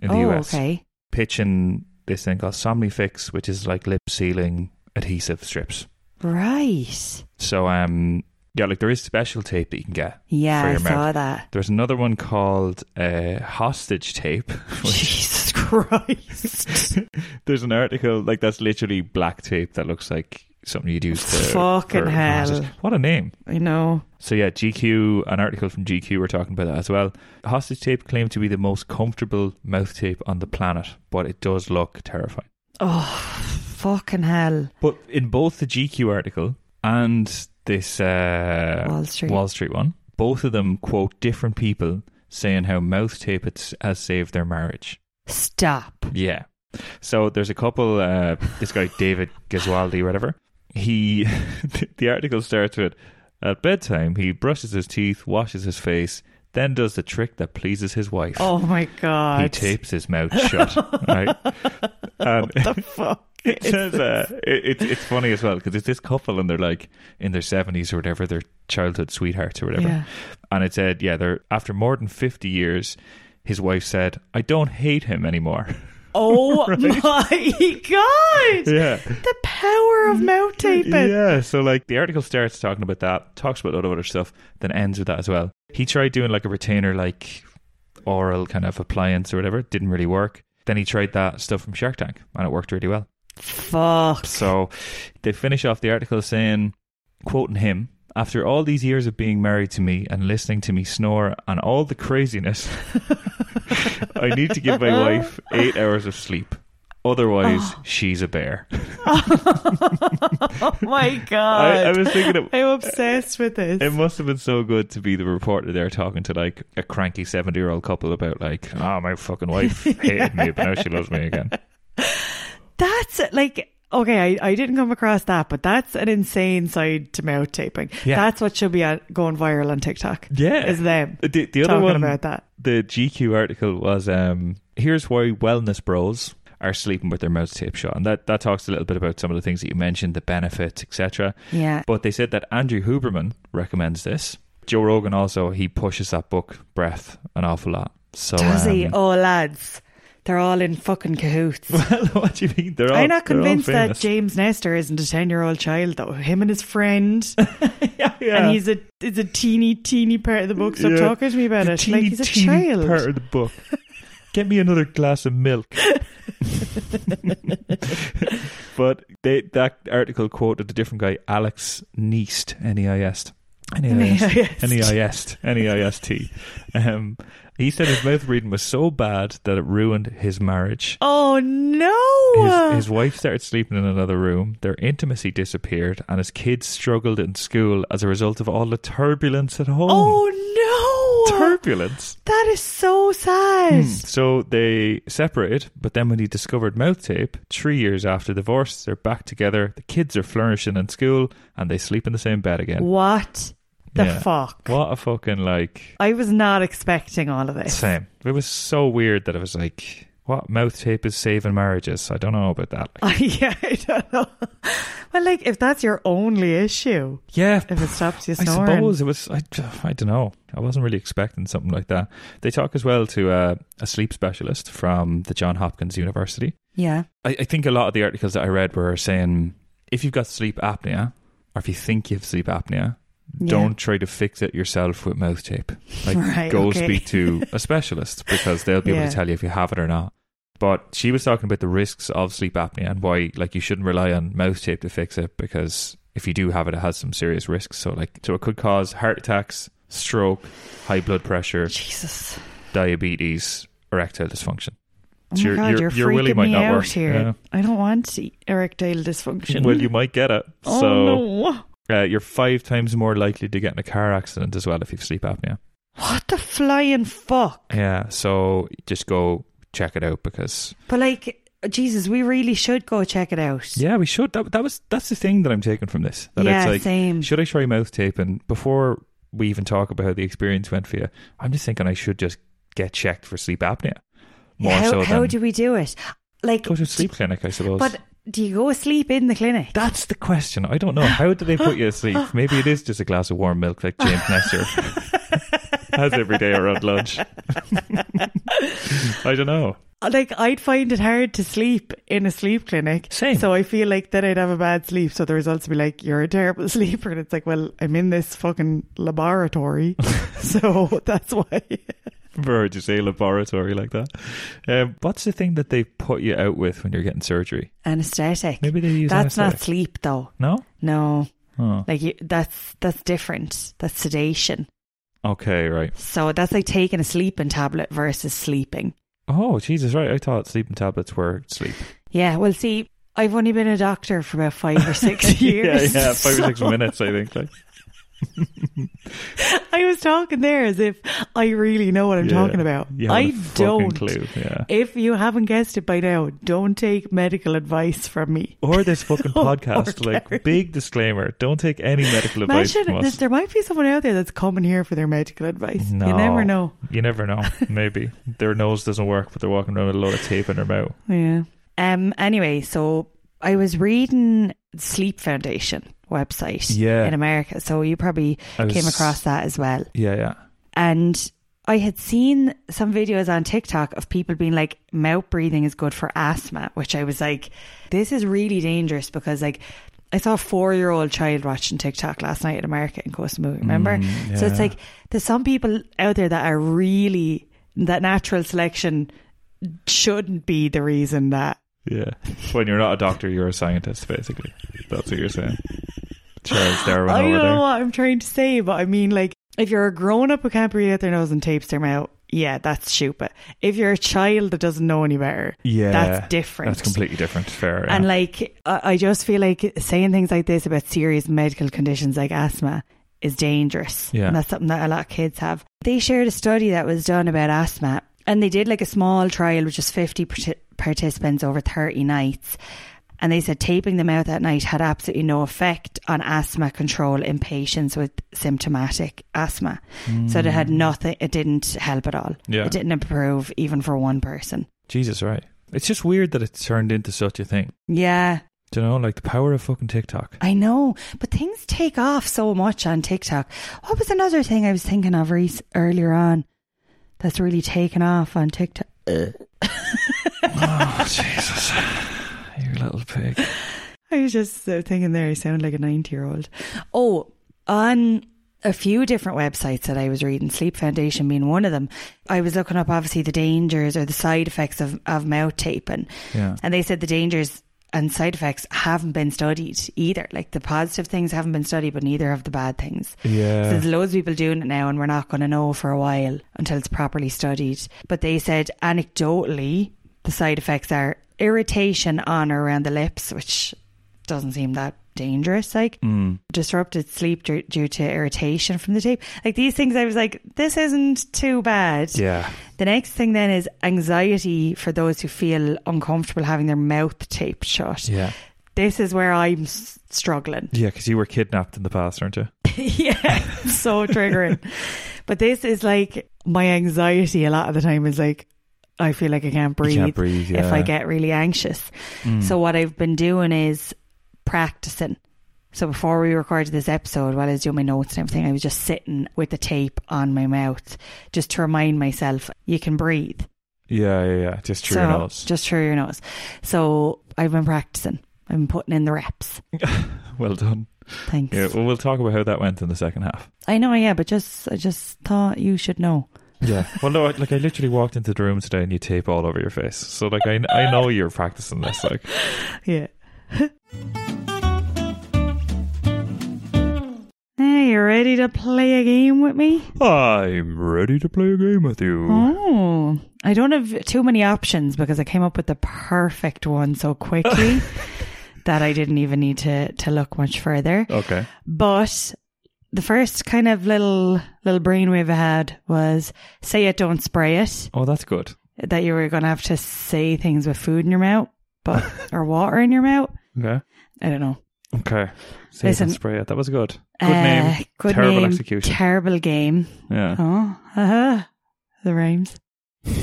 Speaker 1: in the
Speaker 2: oh,
Speaker 1: US
Speaker 2: okay.
Speaker 1: pitching this thing called Somnifix, which is like lip sealing adhesive strips.
Speaker 2: Right.
Speaker 1: So um yeah, like there is special tape that you can get.
Speaker 2: Yeah,
Speaker 1: For
Speaker 2: I
Speaker 1: your
Speaker 2: saw that.
Speaker 1: There's another one called uh, hostage tape. Which
Speaker 2: Jesus Christ.
Speaker 1: there's an article like that's literally black tape that looks like something you'd use to
Speaker 2: Fucking
Speaker 1: for
Speaker 2: hell.
Speaker 1: hostage. What a name!
Speaker 2: I know.
Speaker 1: So yeah, GQ, an article from GQ, were talking about that as well. Hostage tape claimed to be the most comfortable mouth tape on the planet, but it does look terrifying.
Speaker 2: Oh, fucking hell.
Speaker 1: But in both the GQ article and this uh,
Speaker 2: Wall Street.
Speaker 1: Wall Street one, both of them quote different people saying how mouth tape it's, has saved their marriage.
Speaker 2: Stop.
Speaker 1: Yeah. So there's a couple. Uh, this guy David Giswaldi, whatever. He, the article starts with, at bedtime he brushes his teeth, washes his face, then does the trick that pleases his wife.
Speaker 2: Oh my
Speaker 1: he
Speaker 2: God.
Speaker 1: tapes his mouth shut. right. And
Speaker 2: What the fuck?
Speaker 1: it
Speaker 2: is
Speaker 1: says uh,
Speaker 2: this?
Speaker 1: it, it's it's funny as well because it's this couple and they're like in their seventies or whatever, their childhood sweethearts or whatever.
Speaker 2: Yeah.
Speaker 1: And it said, yeah, they're after more than fifty years. His wife said, "I don't hate him anymore."
Speaker 2: Oh my God.
Speaker 1: yeah.
Speaker 2: The power of mouth taping.
Speaker 1: Yeah, so like the article starts talking about that, talks about a lot of other stuff, then ends with that as well. He tried doing like a retainer, like oral kind of appliance or whatever, It didn't really work. Then he tried that stuff from Shark Tank and it worked really well.
Speaker 2: Fuck.
Speaker 1: So they finish off the article saying, quoting him, after all these years of being married to me and listening to me snore and all the craziness, I need to give my wife eight hours of sleep. Otherwise, she's a bear.
Speaker 2: oh my God.
Speaker 1: I, I was thinking it,
Speaker 2: I'm obsessed with this.
Speaker 1: It must have been so good to be the reporter there talking to like a cranky 70 year old couple about like, oh, my fucking wife hated me, but now she loves me again.
Speaker 2: That's like okay, I, I didn't come across that, but that's an insane side to mouth taping.
Speaker 1: Yeah.
Speaker 2: That's what should be at, going viral on TikTok.
Speaker 1: Yeah.
Speaker 2: Is them
Speaker 1: the, the other
Speaker 2: talking
Speaker 1: one,
Speaker 2: about that.
Speaker 1: the GQ article was um, here's why wellness bros are sleeping with their mouths taped shut. And that, that talks a little bit about some of the things that you mentioned, the benefits, etc.
Speaker 2: Yeah.
Speaker 1: But they said that Andrew Huberman recommends this. Joe Rogan also he pushes that book breath an awful lot. So
Speaker 2: Does he?
Speaker 1: um,
Speaker 2: Oh, lads, they're all in fucking cahoots.
Speaker 1: well, what do you mean? They're all,
Speaker 2: I'm not
Speaker 1: they're all
Speaker 2: convinced that
Speaker 1: famous.
Speaker 2: James Nestor isn't a ten-year-old child though. Him and his friend,
Speaker 1: yeah, yeah.
Speaker 2: and he's a is a teeny teeny part of the book. Stop
Speaker 1: Yeah.
Speaker 2: talking to me about
Speaker 1: the
Speaker 2: it.
Speaker 1: teeny,
Speaker 2: like he's a
Speaker 1: teeny
Speaker 2: child.
Speaker 1: part of the book. Get me another glass of milk. but they, that article quoted the different guy, Alex E Neist, N-E-I-S-T. N-E-I-S-T.
Speaker 2: Yes.
Speaker 1: N-E-I-S-T. N-E-I-S-T. Um, he said his mouth reading was so bad that it ruined his marriage.
Speaker 2: Oh no!
Speaker 1: His, his wife started sleeping in another room. Their intimacy disappeared, and his kids struggled in school as a result of all the turbulence at home.
Speaker 2: oh no!
Speaker 1: Turbulence.
Speaker 2: that is so sad.
Speaker 1: So they separated, but then when he discovered mouth tape, three years after divorce, they're back together. The kids are flourishing in school, and they sleep in the same bed again.
Speaker 2: What the
Speaker 1: Yeah.
Speaker 2: fuck?
Speaker 1: What a fucking like
Speaker 2: I was not expecting all of this.
Speaker 1: same. It was so weird that it was like, what mouth tape is saving marriages? I don't know about that.
Speaker 2: yeah, I don't know. Well, like if that's your only issue,
Speaker 1: Yeah,
Speaker 2: if it stops you
Speaker 1: I
Speaker 2: snoring,
Speaker 1: suppose it was. I, I don't know. I wasn't really expecting something like that. They talk as well to uh, a sleep specialist from the John Hopkins University.
Speaker 2: yeah,
Speaker 1: I, I think a lot of the articles that I read were saying if you've got sleep apnea, or if you think you have sleep apnea,
Speaker 2: Yeah.
Speaker 1: don't try to fix it yourself with mouth tape. Like,
Speaker 2: Right,
Speaker 1: go
Speaker 2: okay.
Speaker 1: speak to a specialist because they'll be able
Speaker 2: Yeah.
Speaker 1: to tell you if you have it or not. But she was talking about the risks of sleep apnea and why, like, you shouldn't rely on mouth tape to fix it because if you do have it, it has some serious risks. So, like, so it could cause heart attacks, stroke, high blood pressure,
Speaker 2: Jesus,
Speaker 1: diabetes, erectile dysfunction.
Speaker 2: oh
Speaker 1: So
Speaker 2: my
Speaker 1: your-
Speaker 2: god,
Speaker 1: your-
Speaker 2: you're
Speaker 1: your willy
Speaker 2: freaking
Speaker 1: might
Speaker 2: me
Speaker 1: not
Speaker 2: out
Speaker 1: work.
Speaker 2: here.
Speaker 1: Yeah.
Speaker 2: I don't want erectile dysfunction.
Speaker 1: Well, you might get it.
Speaker 2: oh
Speaker 1: so
Speaker 2: no!
Speaker 1: uh, you're five times more likely to get in a car accident as well if you've sleep apnea.
Speaker 2: What the flying fuck?
Speaker 1: Yeah, so just go check it out because
Speaker 2: But like, Jesus, we really should go check it out.
Speaker 1: yeah, we should. That, that was that's the thing that I'm taking from this. That
Speaker 2: Yeah,
Speaker 1: it's like,
Speaker 2: same.
Speaker 1: should I try mouth tape? And before we even talk about how the experience went for you, I'm just thinking I should just get checked for sleep apnea. More
Speaker 2: how
Speaker 1: so
Speaker 2: how
Speaker 1: than
Speaker 2: do we do it? Like,
Speaker 1: go to a sleep clinic, I suppose.
Speaker 2: but do you go sleep in the clinic?
Speaker 1: that's the question. I don't know. How do they put you asleep? Maybe it is just a glass of warm milk like James Nestor has every day around lunch. I don't know.
Speaker 2: like I'd find it hard to sleep in a sleep clinic.
Speaker 1: Same.
Speaker 2: So I feel like then I'd have a bad sleep. So the results would be like, you're a terrible sleeper. And it's like, well, I'm in this fucking laboratory. so that's why.
Speaker 1: Or just a laboratory like that. Um, what's the thing that they put you out with when you're getting surgery?
Speaker 2: Anesthetic.
Speaker 1: Maybe they use
Speaker 2: that's not
Speaker 1: anesthetic.
Speaker 2: sleep though.
Speaker 1: No?
Speaker 2: No,
Speaker 1: Oh.
Speaker 2: like you, that's that's different. That's sedation.
Speaker 1: Okay, right.
Speaker 2: So that's like taking a sleeping tablet versus sleeping.
Speaker 1: Oh, Jesus, right. I thought sleeping tablets were sleep.
Speaker 2: Yeah. Well, see, I've only been a doctor for about five or six years.
Speaker 1: yeah, yeah, five or six
Speaker 2: so-
Speaker 1: minutes, I think. Like,
Speaker 2: I was talking there as if I really know what I'm
Speaker 1: yeah.
Speaker 2: talking about.
Speaker 1: You haven't
Speaker 2: I
Speaker 1: a fucking
Speaker 2: don't.
Speaker 1: Clue. Yeah.
Speaker 2: If you haven't guessed it by now, don't take medical advice from me.
Speaker 1: Or this fucking
Speaker 2: Or
Speaker 1: podcast,
Speaker 2: Gary.
Speaker 1: like big disclaimer: don't take any medical advice
Speaker 2: Imagine
Speaker 1: from us.
Speaker 2: this, there might be someone out there that's coming here for their medical advice. You
Speaker 1: No.
Speaker 2: never know.
Speaker 1: You never know. Maybe their nose doesn't work, but they're walking around with a load of tape in their mouth.
Speaker 2: Yeah. Um. Anyway, so I was reading Sleep Foundation website
Speaker 1: Yeah.
Speaker 2: in America, so you probably
Speaker 1: I was-
Speaker 2: came across that as well.
Speaker 1: Yeah, yeah.
Speaker 2: And I had seen some videos on TikTok of people being like, mouth breathing is good for asthma, which I was like, this is really dangerous because, like, I saw a four year old child watching TikTok last night in America in Kosovo, remember?
Speaker 1: Mm,
Speaker 2: So it's
Speaker 1: yeah.
Speaker 2: like, there's some people out there that are really, that natural selection shouldn't be the reason that.
Speaker 1: Yeah. When you're not a doctor, you're a scientist, basically. That's what you're saying. Charles Darwin
Speaker 2: I don't
Speaker 1: over
Speaker 2: know
Speaker 1: there.
Speaker 2: what I'm trying to say, but I mean, like, if you're a grown up who can't breathe out their nose and tapes their mouth, yeah, that's stupid. If you're a child that doesn't know any better,
Speaker 1: Yeah.
Speaker 2: that's different.
Speaker 1: That's completely different. Fair.
Speaker 2: And
Speaker 1: yeah.
Speaker 2: like, I I just feel like saying things like this about serious medical conditions like asthma is dangerous.
Speaker 1: Yeah.
Speaker 2: And that's something that a lot of kids have. They shared a study that was done about asthma and they did like a small trial with just 50 parti- participants over 30 nights. And they said taping the mouth at night had absolutely no effect on asthma control in patients with symptomatic asthma. So it had nothing, it didn't help at all.
Speaker 1: Mm. Yeah.
Speaker 2: It didn't improve even for one person.
Speaker 1: Jesus, right. It's just weird that it turned into such a thing.
Speaker 2: Yeah.
Speaker 1: Do you know, like the power of fucking TikTok.
Speaker 2: I know, but things take off so much on TikTok. What was another thing I was thinking of re- earlier on that's really taken off on TikTok?
Speaker 1: oh, Jesus. You little pig.
Speaker 2: I was just uh, thinking there, I sound like a 90 year old. Oh, on a few different websites that I was reading, Sleep Foundation being one of them, I was looking up obviously the dangers or the side effects of, of mouth taping.
Speaker 1: Yeah.
Speaker 2: And they said the dangers and side effects haven't been studied either. Like the positive things haven't been studied, but neither have the bad things. So
Speaker 1: Yeah.
Speaker 2: there's loads of people doing it now, and we're not going to know for a while until it's properly studied. But they said anecdotally, the side effects are irritation on or around the lips, which doesn't seem that dangerous. Like
Speaker 1: Mm.
Speaker 2: disrupted sleep due, due to irritation from the tape. Like these things, I was like, this isn't too bad.
Speaker 1: Yeah.
Speaker 2: The next thing then is anxiety for those who feel uncomfortable having their mouth taped shut.
Speaker 1: Yeah.
Speaker 2: This is where I'm s- struggling.
Speaker 1: Yeah, because you were kidnapped in the past, aren't you?
Speaker 2: yeah, so triggering. But this is like my anxiety a lot of the time is like, I feel like I can't breathe,
Speaker 1: You can't breathe. Yeah.
Speaker 2: if I get really anxious.
Speaker 1: Mm.
Speaker 2: So, what I've been doing is practicing. So, before we recorded this episode, while I was doing my notes and everything, I was just sitting with the tape on my mouth just to remind myself you can breathe.
Speaker 1: Yeah, yeah, yeah. Just through
Speaker 2: so,
Speaker 1: your nose.
Speaker 2: Just through your nose. So, I've been practicing. I've been putting in the reps.
Speaker 1: Well done.
Speaker 2: Thanks.
Speaker 1: Yeah, well, we'll talk about how that went in the second half.
Speaker 2: I know, yeah, but just I just thought you should know.
Speaker 1: Yeah. Well, no, I- like I literally walked into the room today and you tape all over your face. So, like, I, I know you're practicing this. Like,
Speaker 2: Yeah. hey, you ready to play a game with me?
Speaker 1: I'm ready to play a game with you.
Speaker 2: Oh, I don't have too many options because I came up with the perfect one so quickly that I didn't even need to to look much further.
Speaker 1: Okay.
Speaker 2: But the first kind of little little brainwave I had was say it, don't spray it.
Speaker 1: Oh, that's good.
Speaker 2: That you were going to have to say things with food in your mouth, but or water in your mouth.
Speaker 1: Okay.
Speaker 2: I don't know.
Speaker 1: Okay. See
Speaker 2: Listen.
Speaker 1: Listen, spray it. That was good. Good
Speaker 2: Uh,
Speaker 1: name.
Speaker 2: good
Speaker 1: Terrible
Speaker 2: name,
Speaker 1: execution.
Speaker 2: Terrible game.
Speaker 1: Yeah.
Speaker 2: Oh, uh-huh. the rhymes.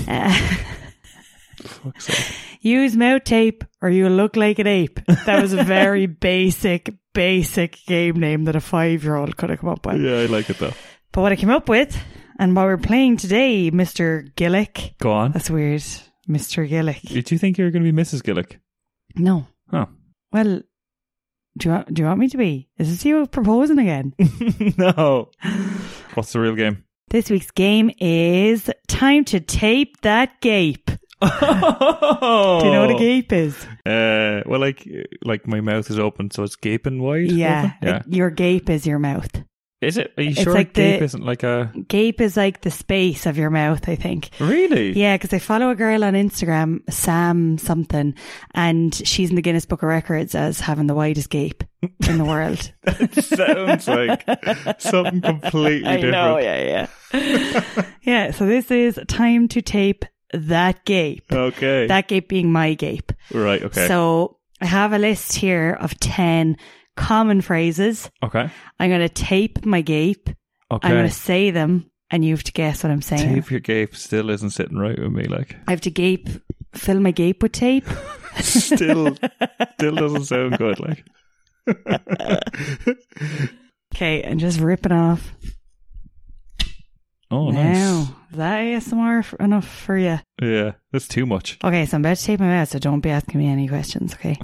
Speaker 2: Uh,
Speaker 1: Fuck's sake.
Speaker 2: use mouth tape or you look like an ape. That was a very basic, basic game name that a five year old could have come up with.
Speaker 1: Yeah, I like it though.
Speaker 2: But what I came up with, and what we're playing today, Mr. Gillick.
Speaker 1: Go on.
Speaker 2: That's weird. Mr. Gillick.
Speaker 1: Did you think you were going to be Mrs. Gillick?
Speaker 2: No.
Speaker 1: Oh.
Speaker 2: Well, do you, want, do you want me to be? Is this you proposing again?
Speaker 1: no. What's the real game?
Speaker 2: this week's game is Time to Tape That Gape. Do you know what a gape is?
Speaker 1: Oh. Uh, well, like, like my mouth is open, so it's gaping wide.
Speaker 2: Yeah,
Speaker 1: open? yeah.
Speaker 2: like your gape is your mouth.
Speaker 1: Is it? Are you
Speaker 2: It's
Speaker 1: sure
Speaker 2: like the-
Speaker 1: gape isn't like a
Speaker 2: Gape is like the space of your mouth, I think.
Speaker 1: really?
Speaker 2: Yeah, because I follow a girl on Instagram, Sam something, and she's in the Guinness Book of Records as having the widest gape in the world.
Speaker 1: Sounds like something completely
Speaker 2: I
Speaker 1: different.
Speaker 2: know, yeah, yeah. yeah, so this is time to tape that gape.
Speaker 1: Okay.
Speaker 2: That gape being my gape.
Speaker 1: right. Okay.
Speaker 2: So I have a list here of 10 common phrases.
Speaker 1: okay.
Speaker 2: I'm going to tape my gape. I'm going
Speaker 1: Okay.
Speaker 2: to say them, and you have to guess what I'm saying.
Speaker 1: Tape your gape still isn't sitting right with me. Like,
Speaker 2: I have to gape, fill my gape with tape.
Speaker 1: still, still doesn't sound good. Like,
Speaker 2: Okay, and just rip it off.
Speaker 1: oh, nice.
Speaker 2: Wow, is that ASMR f- enough for you?
Speaker 1: Yeah, that's too much.
Speaker 2: Okay, so I'm about to tape my mouth, so don't be asking me any questions. Okay.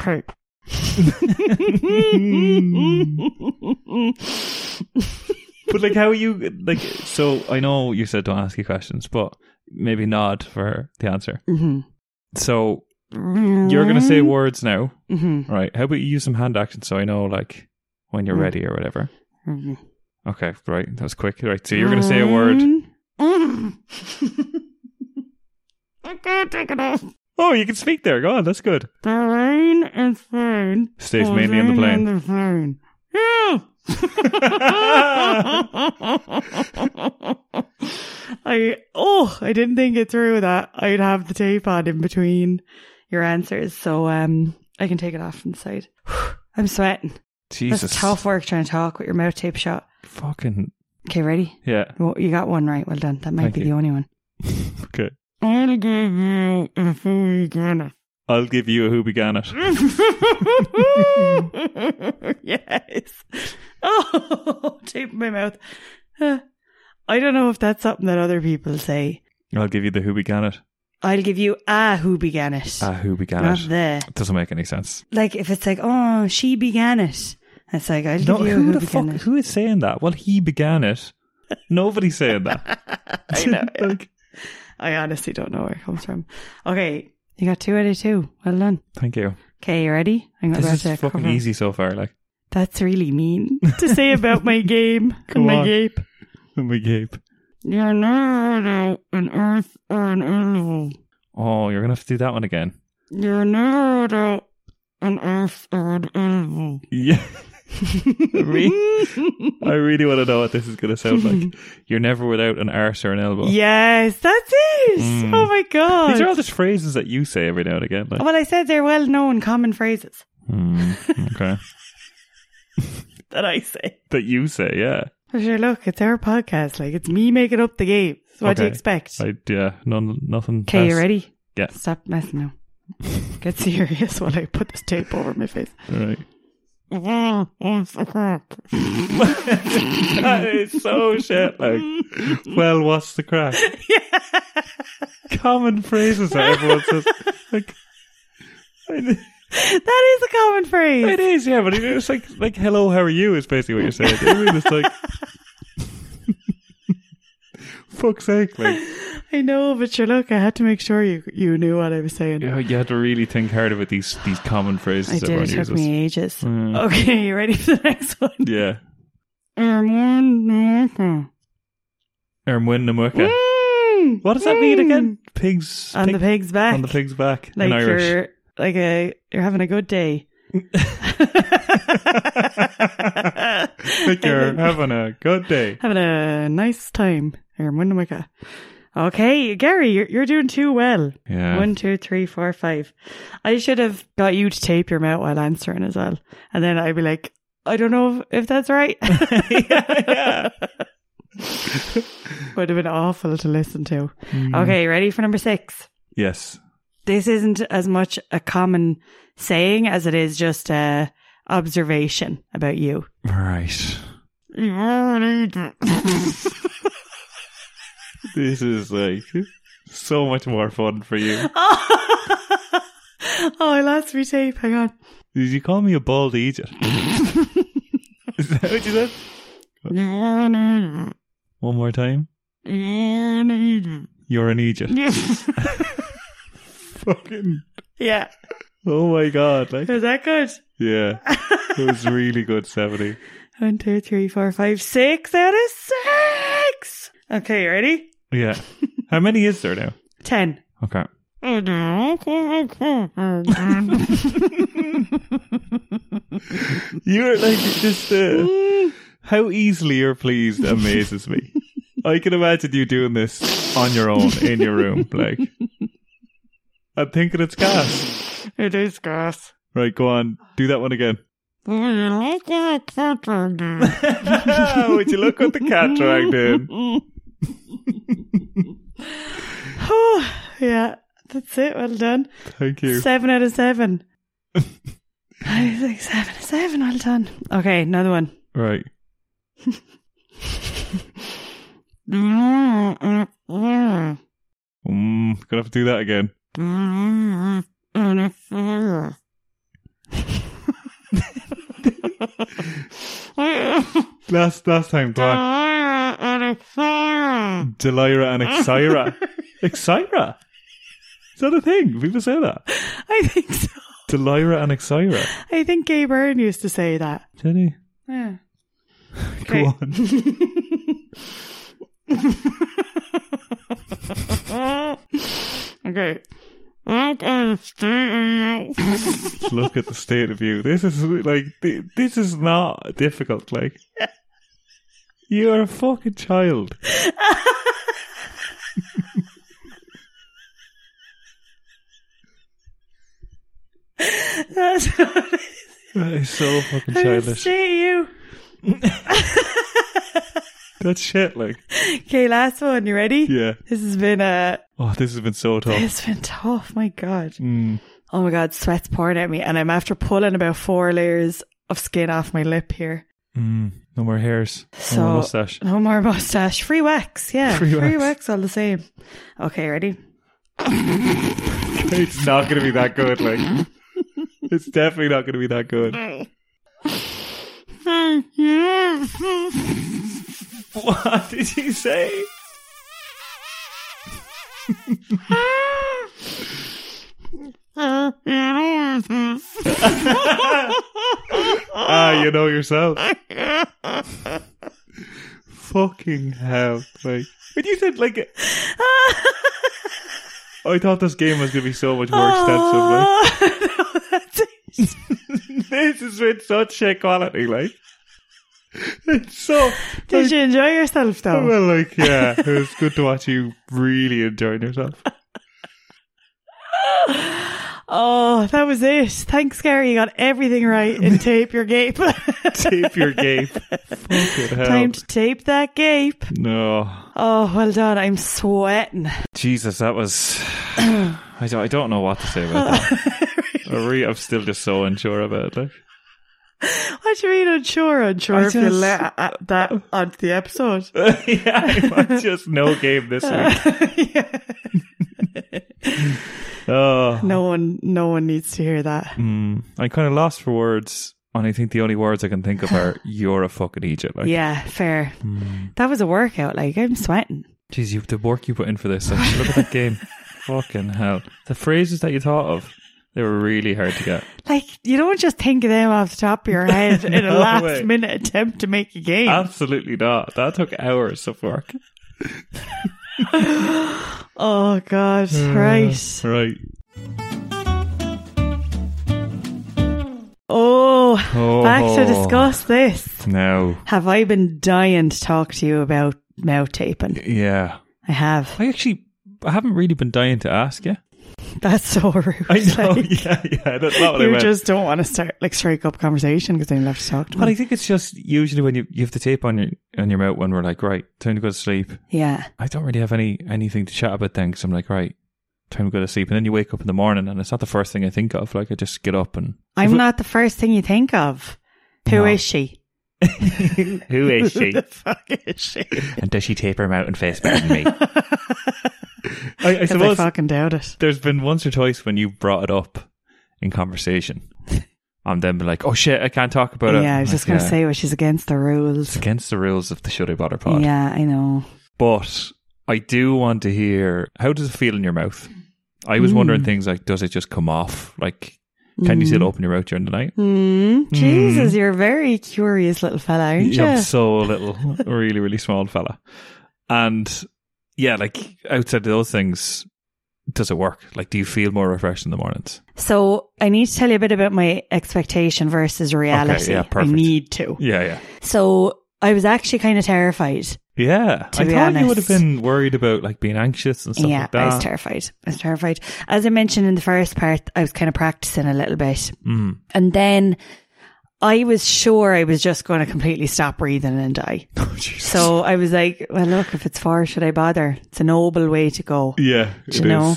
Speaker 1: Okay.
Speaker 2: Okay.
Speaker 1: But like, how are you? Like, so I know you said don't ask you questions, but maybe nod for the answer.
Speaker 2: Mhm.
Speaker 1: So you're gonna say words now,
Speaker 2: Mhm.
Speaker 1: right? How about you use some hand action so I know, like, when you're
Speaker 2: Mm.
Speaker 1: ready or whatever.
Speaker 2: Mhm.
Speaker 1: Okay, right. That was quick. Right. So you're gonna say a word.
Speaker 2: Mm. I can't take it off.
Speaker 1: Oh, you can speak there. Go on. That's good.
Speaker 2: The rain is fine.
Speaker 1: Stays mainly on the plane.
Speaker 2: the plane. Yeah. I oh, I didn't think it through that I'd have the tape on in between your answers, so um, I can take it off from the side. I'm sweating.
Speaker 1: Jesus.
Speaker 2: That's tough work trying to talk with your mouth tape shut.
Speaker 1: Fucking
Speaker 2: Okay, ready?
Speaker 1: yeah.
Speaker 2: Well, you got one right. Well done. That might
Speaker 1: Thank
Speaker 2: be
Speaker 1: you.
Speaker 2: the only one.
Speaker 1: Okay.
Speaker 2: I'll give you a free Guinness.
Speaker 1: I'll give you a who began it.
Speaker 2: yes. Oh, tape in my mouth. Uh, I don't know if that's something that other people say.
Speaker 1: I'll give you the who began it.
Speaker 2: I'll give you a who began it,
Speaker 1: Ah, who began
Speaker 2: not
Speaker 1: it.
Speaker 2: the.
Speaker 1: Doesn't make any sense.
Speaker 2: Like if it's like, oh, she began it. It's like I'll
Speaker 1: No,
Speaker 2: give you a
Speaker 1: who the
Speaker 2: began
Speaker 1: fuck? Who is saying that? Well, he began it. Nobody's saying that.
Speaker 2: it. I know. yeah.
Speaker 1: Like,
Speaker 2: I honestly don't know where it comes from. Okay, you got two out of two. Well done.
Speaker 1: thank you.
Speaker 2: Okay, you ready? I'm gonna
Speaker 1: This
Speaker 2: go to
Speaker 1: is fucking
Speaker 2: cover.
Speaker 1: easy so far. Like,
Speaker 2: That's really mean to say about my game
Speaker 1: Go
Speaker 2: and my
Speaker 1: on.
Speaker 2: gape. Oh
Speaker 1: we gape.
Speaker 2: You're not an earth or an owl.
Speaker 1: Oh, you're gonna have to do that one again.
Speaker 2: You're not an earth or an owl.
Speaker 1: Yeah. I really want to know what this is going to sound like. You're never without an arse or an elbow.
Speaker 2: yes, that's it.
Speaker 1: Mm.
Speaker 2: Oh my god.
Speaker 1: These are all just phrases that you say every now and again. Like,
Speaker 2: Well, I said they're well known common phrases
Speaker 1: Hmm, okay.
Speaker 2: that I say.
Speaker 1: that you say, yeah.
Speaker 2: For sure, look, it's our podcast. Like, it's me making up the game. So what do you
Speaker 1: Okay.
Speaker 2: expect?
Speaker 1: I, yeah, none, nothing.
Speaker 2: Okay, you
Speaker 1: past-
Speaker 2: ready?
Speaker 1: Yeah.
Speaker 2: Stop messing now. Get serious while I put this tape over my face.
Speaker 1: All right.
Speaker 2: yeah.
Speaker 1: That is so shit. Like, well, what's the crack? Common phrases that everyone says. Like, I-
Speaker 2: That is a common
Speaker 1: it
Speaker 2: phrase.
Speaker 1: is, yeah, but it's like, like, hello, how are you? Is basically what you're saying. I mean, it's like, fuck's sake, like.
Speaker 2: I know, but sure, look, I had to make sure you you knew what I was saying.
Speaker 1: Yeah, you had to really think hard about these these common phrases
Speaker 2: I did.
Speaker 1: everyone
Speaker 2: It took
Speaker 1: uses.
Speaker 2: me ages.
Speaker 1: Mm.
Speaker 2: Okay, you ready for the next one?
Speaker 1: Yeah. Ermwin Namuka.
Speaker 2: Mm.
Speaker 1: What does that mean again? Pigs
Speaker 2: On
Speaker 1: pig-
Speaker 2: the pig's back.
Speaker 1: on the pig's back
Speaker 2: like
Speaker 1: in Irish.
Speaker 2: you're like a you're having a good day.
Speaker 1: like you're having a good day.
Speaker 2: having a nice time. Here, when am I go- Okay, Gary, you're you're doing too well.
Speaker 1: Yeah.
Speaker 2: One, two, three, four, five. I should have got you to tape your mouth while answering as well, and then I'd be like, I don't know if, if that's right.
Speaker 1: yeah.
Speaker 2: Would have been awful to listen to.
Speaker 1: Mm.
Speaker 2: Okay, ready for number six.
Speaker 1: Yes.
Speaker 2: this isn't as much a common saying as it is just a observation about you. Oh,
Speaker 1: Right. This is like so much more fun for you.
Speaker 2: oh, I lost my tape. Hang on.
Speaker 1: Did you call me a bald idiot? is that what you said? One more time. You're an idiot. Fucking.
Speaker 2: yeah,
Speaker 1: Oh my god. Like,
Speaker 2: is that good?
Speaker 1: yeah. It was really good, 70.
Speaker 2: One, two, three, four, five, six out of six. Okay, you ready?
Speaker 1: Yeah. How many is there now?
Speaker 2: Ten.
Speaker 1: Okay. You're like just uh, how easily you're pleased amazes me. I can imagine you doing this on your own in your room, like I'm thinking it's gas.
Speaker 2: it is gas.
Speaker 1: Right, go on, do that one again.
Speaker 2: Would
Speaker 1: Would you look what the cat dragged in?
Speaker 2: yeah, that's it. Well done.
Speaker 1: Thank you.
Speaker 2: Seven out of seven. I was like seven out of seven. Well done. Okay, another one.
Speaker 1: Right. Mm, gonna have to do that again. Last last time, go on. Delira and Exira. Exira? Is that a thing? People say that.
Speaker 2: I think so.
Speaker 1: Delira and Exira.
Speaker 2: I think Gay Byrne used to say that.
Speaker 1: Did he?
Speaker 2: Yeah.
Speaker 1: Go on.
Speaker 2: okay. What are
Speaker 1: Look at the state of you. This is like th- this is not difficult. Like you're a fucking child.
Speaker 2: That's what it is.
Speaker 1: That is so fucking
Speaker 2: I
Speaker 1: childish.
Speaker 2: see you.
Speaker 1: That's shit. Like
Speaker 2: Okay, last one. You ready?
Speaker 1: yeah.
Speaker 2: This has been a.
Speaker 1: Oh, this has been so tough.
Speaker 2: It's been tough. My God.
Speaker 1: Mm.
Speaker 2: Oh my God, sweat's pouring at me. And I'm after pulling about four layers of skin off my lip here.
Speaker 1: Mm, no more hairs. Oh, no more
Speaker 2: So-
Speaker 1: mustache.
Speaker 2: No more mustache. Free wax. Yeah.
Speaker 1: Free
Speaker 2: Free,
Speaker 1: wax.
Speaker 2: wax. all the same. Okay, ready?
Speaker 1: It's not going to be that good. Like, it's definitely not going to be that good. What did you say? Ah, you know yourself. Fucking hell! Like, when you said like, I thought this game was going to be so much more extensive. Like,
Speaker 2: Oh, no, that's it.
Speaker 1: this is with such shit quality, like. It's so.
Speaker 2: Did you enjoy yourself though?
Speaker 1: Oh, Well, like, yeah, it was good to watch you really enjoying yourself.
Speaker 2: Oh, that was it. Thanks, Gary. You got everything right in tape your gape.
Speaker 1: Tape your gape. Fucking hell.
Speaker 2: Time to tape that gape.
Speaker 1: no.
Speaker 2: Oh, well done. I'm sweating.
Speaker 1: Jesus, that was. I don't, I don't know what to say about that. I really, I'm still just so unsure about it. Like.
Speaker 2: What do you mean unsure? Unsure
Speaker 1: I
Speaker 2: if you
Speaker 1: just-
Speaker 2: let uh, that onto the episode.
Speaker 1: yeah, I might just no game this week. oh.
Speaker 2: No one, no one needs to hear that.
Speaker 1: Mm, I'm kind of lost for words, and I think the only words I can think of are "you're a fucking idiot." Like,
Speaker 2: Yeah, fair.
Speaker 1: Mm.
Speaker 2: That was a workout. Like I'm sweating.
Speaker 1: Jeez, you the work you put in for this. Like, look at that game. Fucking hell. The phrases that you thought of, they were really hard to get.
Speaker 2: Like you don't just think of them off the top of your head in a
Speaker 1: No
Speaker 2: last
Speaker 1: way. Ah.
Speaker 2: minute attempt to make a game.
Speaker 1: Absolutely not. That took hours of work.
Speaker 2: oh God!
Speaker 1: Mm.
Speaker 2: Right.
Speaker 1: Right.
Speaker 2: Oh,
Speaker 1: Oh.
Speaker 2: back to discuss this.
Speaker 1: No.
Speaker 2: Have I been dying to talk to you about mouth taping?
Speaker 1: Yeah.
Speaker 2: I have.
Speaker 1: I actually I haven't really been dying to ask you.
Speaker 2: That's so rude.
Speaker 1: I know.
Speaker 2: Like,
Speaker 1: yeah, yeah. That's not what I
Speaker 2: you
Speaker 1: meant.
Speaker 2: just don't want to start like strike up conversation because then you'll have to talk to
Speaker 1: But I
Speaker 2: me.
Speaker 1: think it's just usually when you, you have the tape on your on your mouth when we're like, right, time to go to sleep.
Speaker 2: Yeah.
Speaker 1: I don't really have any anything to chat about then 'cause I'm like, right, time to go to sleep. And then you wake up in the morning and it's not the first thing I think of. Like, I just get up and.
Speaker 2: I'm not the first thing you think of. Who is
Speaker 1: No.
Speaker 2: she?
Speaker 1: Who is she?
Speaker 2: the fuck is she?
Speaker 1: and does she tape her mouth and face behind me? I, I
Speaker 2: Because I
Speaker 1: suppose
Speaker 2: fucking doubt it.
Speaker 1: there's been once or twice when you brought it up in conversation. I'm then been like, oh shit, I can't talk about it.
Speaker 2: yeah, I was
Speaker 1: Like,
Speaker 2: just going to
Speaker 1: yeah,
Speaker 2: say well, she's against the
Speaker 1: It's
Speaker 2: rules.
Speaker 1: against the rules of the Should I Bother pod.
Speaker 2: Yeah, I know.
Speaker 1: But I do want to hear how does it feel in your mouth? I was
Speaker 2: Mm.
Speaker 1: wondering things like, does it just come off? Like, can you still open your mouth during the night?
Speaker 2: Mm,
Speaker 1: Hmm.
Speaker 2: Jesus, you're a very curious little fella, aren't you?
Speaker 1: Yeah, I'm so little, really, really small fella. And yeah, like outside of those things, does it work? Like, do you feel more refreshed in the mornings?
Speaker 2: So I need to tell you a bit about my expectation versus reality.
Speaker 1: yeah, perfect.
Speaker 2: I need to.
Speaker 1: Yeah, yeah.
Speaker 2: So I was actually kind of terrified.
Speaker 1: Yeah.
Speaker 2: To
Speaker 1: I
Speaker 2: be
Speaker 1: thought you would have
Speaker 2: honest.
Speaker 1: been worried about like being anxious and stuff
Speaker 2: yeah,
Speaker 1: like that.
Speaker 2: I was terrified. I was terrified. As I mentioned in the first part, I was kind of practicing a little bit.
Speaker 1: Mm.
Speaker 2: And then I was sure I was just going to completely stop breathing and die.
Speaker 1: Oh, Jesus.
Speaker 2: So I was like, well, look, if it's for, should I bother? It's a noble way to go,
Speaker 1: yeah, it
Speaker 2: you know?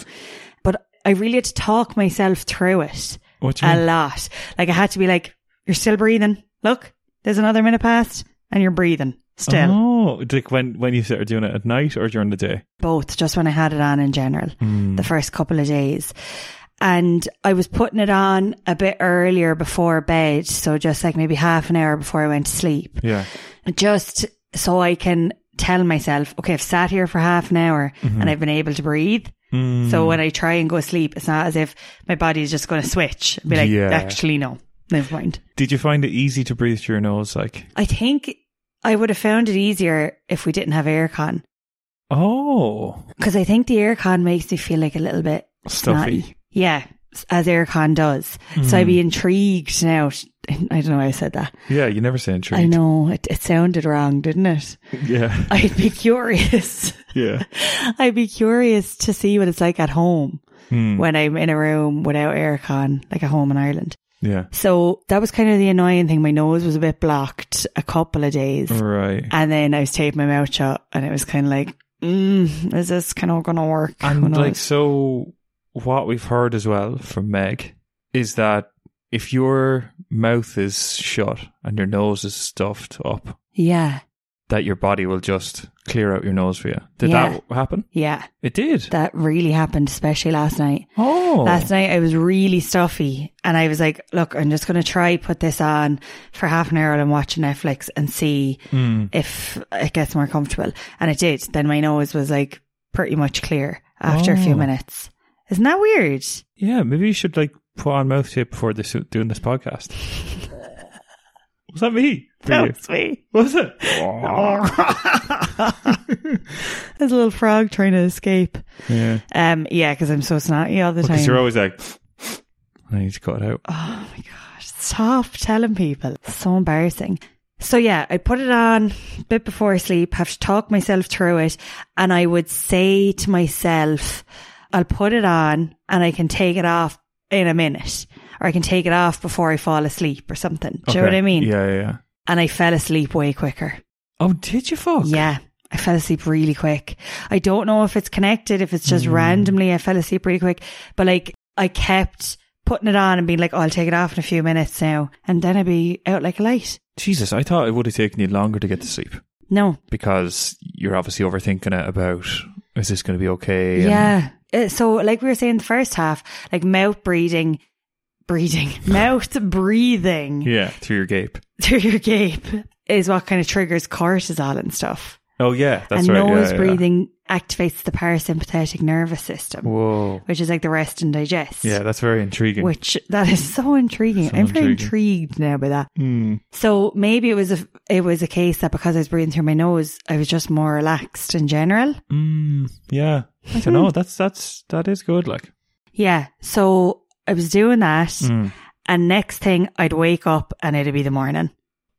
Speaker 2: But I really had to talk myself through it.
Speaker 1: What do you
Speaker 2: a
Speaker 1: mean?
Speaker 2: lot. Like I had to be like, you're still breathing. Look, there's another minute passed and you're breathing still.
Speaker 1: Oh, like when when you started doing it at night or during the day?
Speaker 2: Both, just when I had it on in general, the first couple of days. And I was putting it on a bit earlier before bed. So just like maybe half an hour before I went to sleep,
Speaker 1: Yeah,
Speaker 2: just so I can tell myself, okay, I've sat here for half an hour and I've been able to breathe.
Speaker 1: Hmm.
Speaker 2: So when I try and go sleep, it's not as if my body is just going to switch and be like,
Speaker 1: Yeah.
Speaker 2: actually, no, never mind.
Speaker 1: Did you find it easy to breathe through your nose? Like,
Speaker 2: I think I would have found it easier if we didn't have aircon
Speaker 1: oh,
Speaker 2: because I think the aircon makes me feel like a little bit
Speaker 1: Stuffy.
Speaker 2: snotty. Yeah, s- as aircon does. So I'd be intrigued now. Sh- I don't know why I said that.
Speaker 1: yeah, you never say intrigued.
Speaker 2: I know it, it sounded wrong, didn't it?
Speaker 1: Yeah,
Speaker 2: I'd be curious.
Speaker 1: yeah.
Speaker 2: I'd be curious to see what it's like at home
Speaker 1: Hmm.
Speaker 2: when I'm in a room without aircon, like at home in Ireland.
Speaker 1: Yeah.
Speaker 2: So that was kind of the annoying thing. My nose was a bit blocked a couple of days.
Speaker 1: Right.
Speaker 2: And then I was taping my mouth shut and it was kind of like, mm, is this kind of going to work? Who
Speaker 1: And
Speaker 2: knows?
Speaker 1: like so what we've heard as well from Meg is that if your mouth is shut and your nose is stuffed up,
Speaker 2: Yeah.
Speaker 1: that your body will just clear out your nose for you. Did
Speaker 2: Yeah.
Speaker 1: that happen?
Speaker 2: Yeah.
Speaker 1: It did.
Speaker 2: That really happened, especially last night.
Speaker 1: oh.
Speaker 2: Last night I was really stuffy and I was like, look, I'm just going to try put this on for half an hour and watch Netflix and see
Speaker 1: Hmm.
Speaker 2: if it gets more comfortable. And it did. Then my nose was like pretty much clear after a few
Speaker 1: Oh.
Speaker 2: minutes. Isn't that weird?
Speaker 1: yeah, maybe you should like put on mouth tape before this, doing this podcast. Was that me? For you?
Speaker 2: That's me.
Speaker 1: Was it? Oh.
Speaker 2: There's a little frog trying to escape.
Speaker 1: yeah.
Speaker 2: Um, yeah, because I'm so snotty all the
Speaker 1: Because
Speaker 2: time.
Speaker 1: you're always like, I need to cut it out.
Speaker 2: Oh my gosh. Stop telling people. It's so embarrassing. So yeah, I put it on a bit before sleep, have to talk myself through it, and I would say to myself, I'll put it on and I can take it off in a minute. Or I can take it off before I fall asleep or something. Do you know what
Speaker 1: Okay.
Speaker 2: I mean?
Speaker 1: Yeah, yeah, yeah.
Speaker 2: And I fell asleep way quicker.
Speaker 1: Oh, did you fuck?
Speaker 2: Yeah. I fell asleep really quick. I don't know if it's connected, if it's just
Speaker 1: Mm.
Speaker 2: randomly I fell asleep really quick, but like I kept putting it on and being like, oh, I'll take it off in a few minutes now. And then I'd be out like a light.
Speaker 1: Jesus, I thought it would have taken you longer to get to sleep
Speaker 2: No.
Speaker 1: because you're obviously overthinking it about is this going to be okay? And-
Speaker 2: Yeah. Uh, So, like we were saying in the first half, like mouth breathing, breathing, mouth breathing
Speaker 1: yeah, through your gape.
Speaker 2: through your gape is what kind of triggers cortisol and stuff.
Speaker 1: Oh, yeah, that's
Speaker 2: and
Speaker 1: right. yeah,
Speaker 2: nose
Speaker 1: yeah.
Speaker 2: breathing activates the parasympathetic nervous system,
Speaker 1: Whoa.
Speaker 2: which is like the rest and digest.
Speaker 1: Yeah, that's very intriguing.
Speaker 2: Which that is so intriguing.
Speaker 1: So
Speaker 2: I'm very
Speaker 1: intriguing.
Speaker 2: intrigued now by that.
Speaker 1: Hmm.
Speaker 2: So maybe it was a it was a case that because I was breathing through my nose, I was just more relaxed in general.
Speaker 1: Mm, yeah. I don't know. That's that's that is good. Like,
Speaker 2: Yeah. So I was doing that,
Speaker 1: Mm.
Speaker 2: and next thing I'd wake up and it'd be the morning,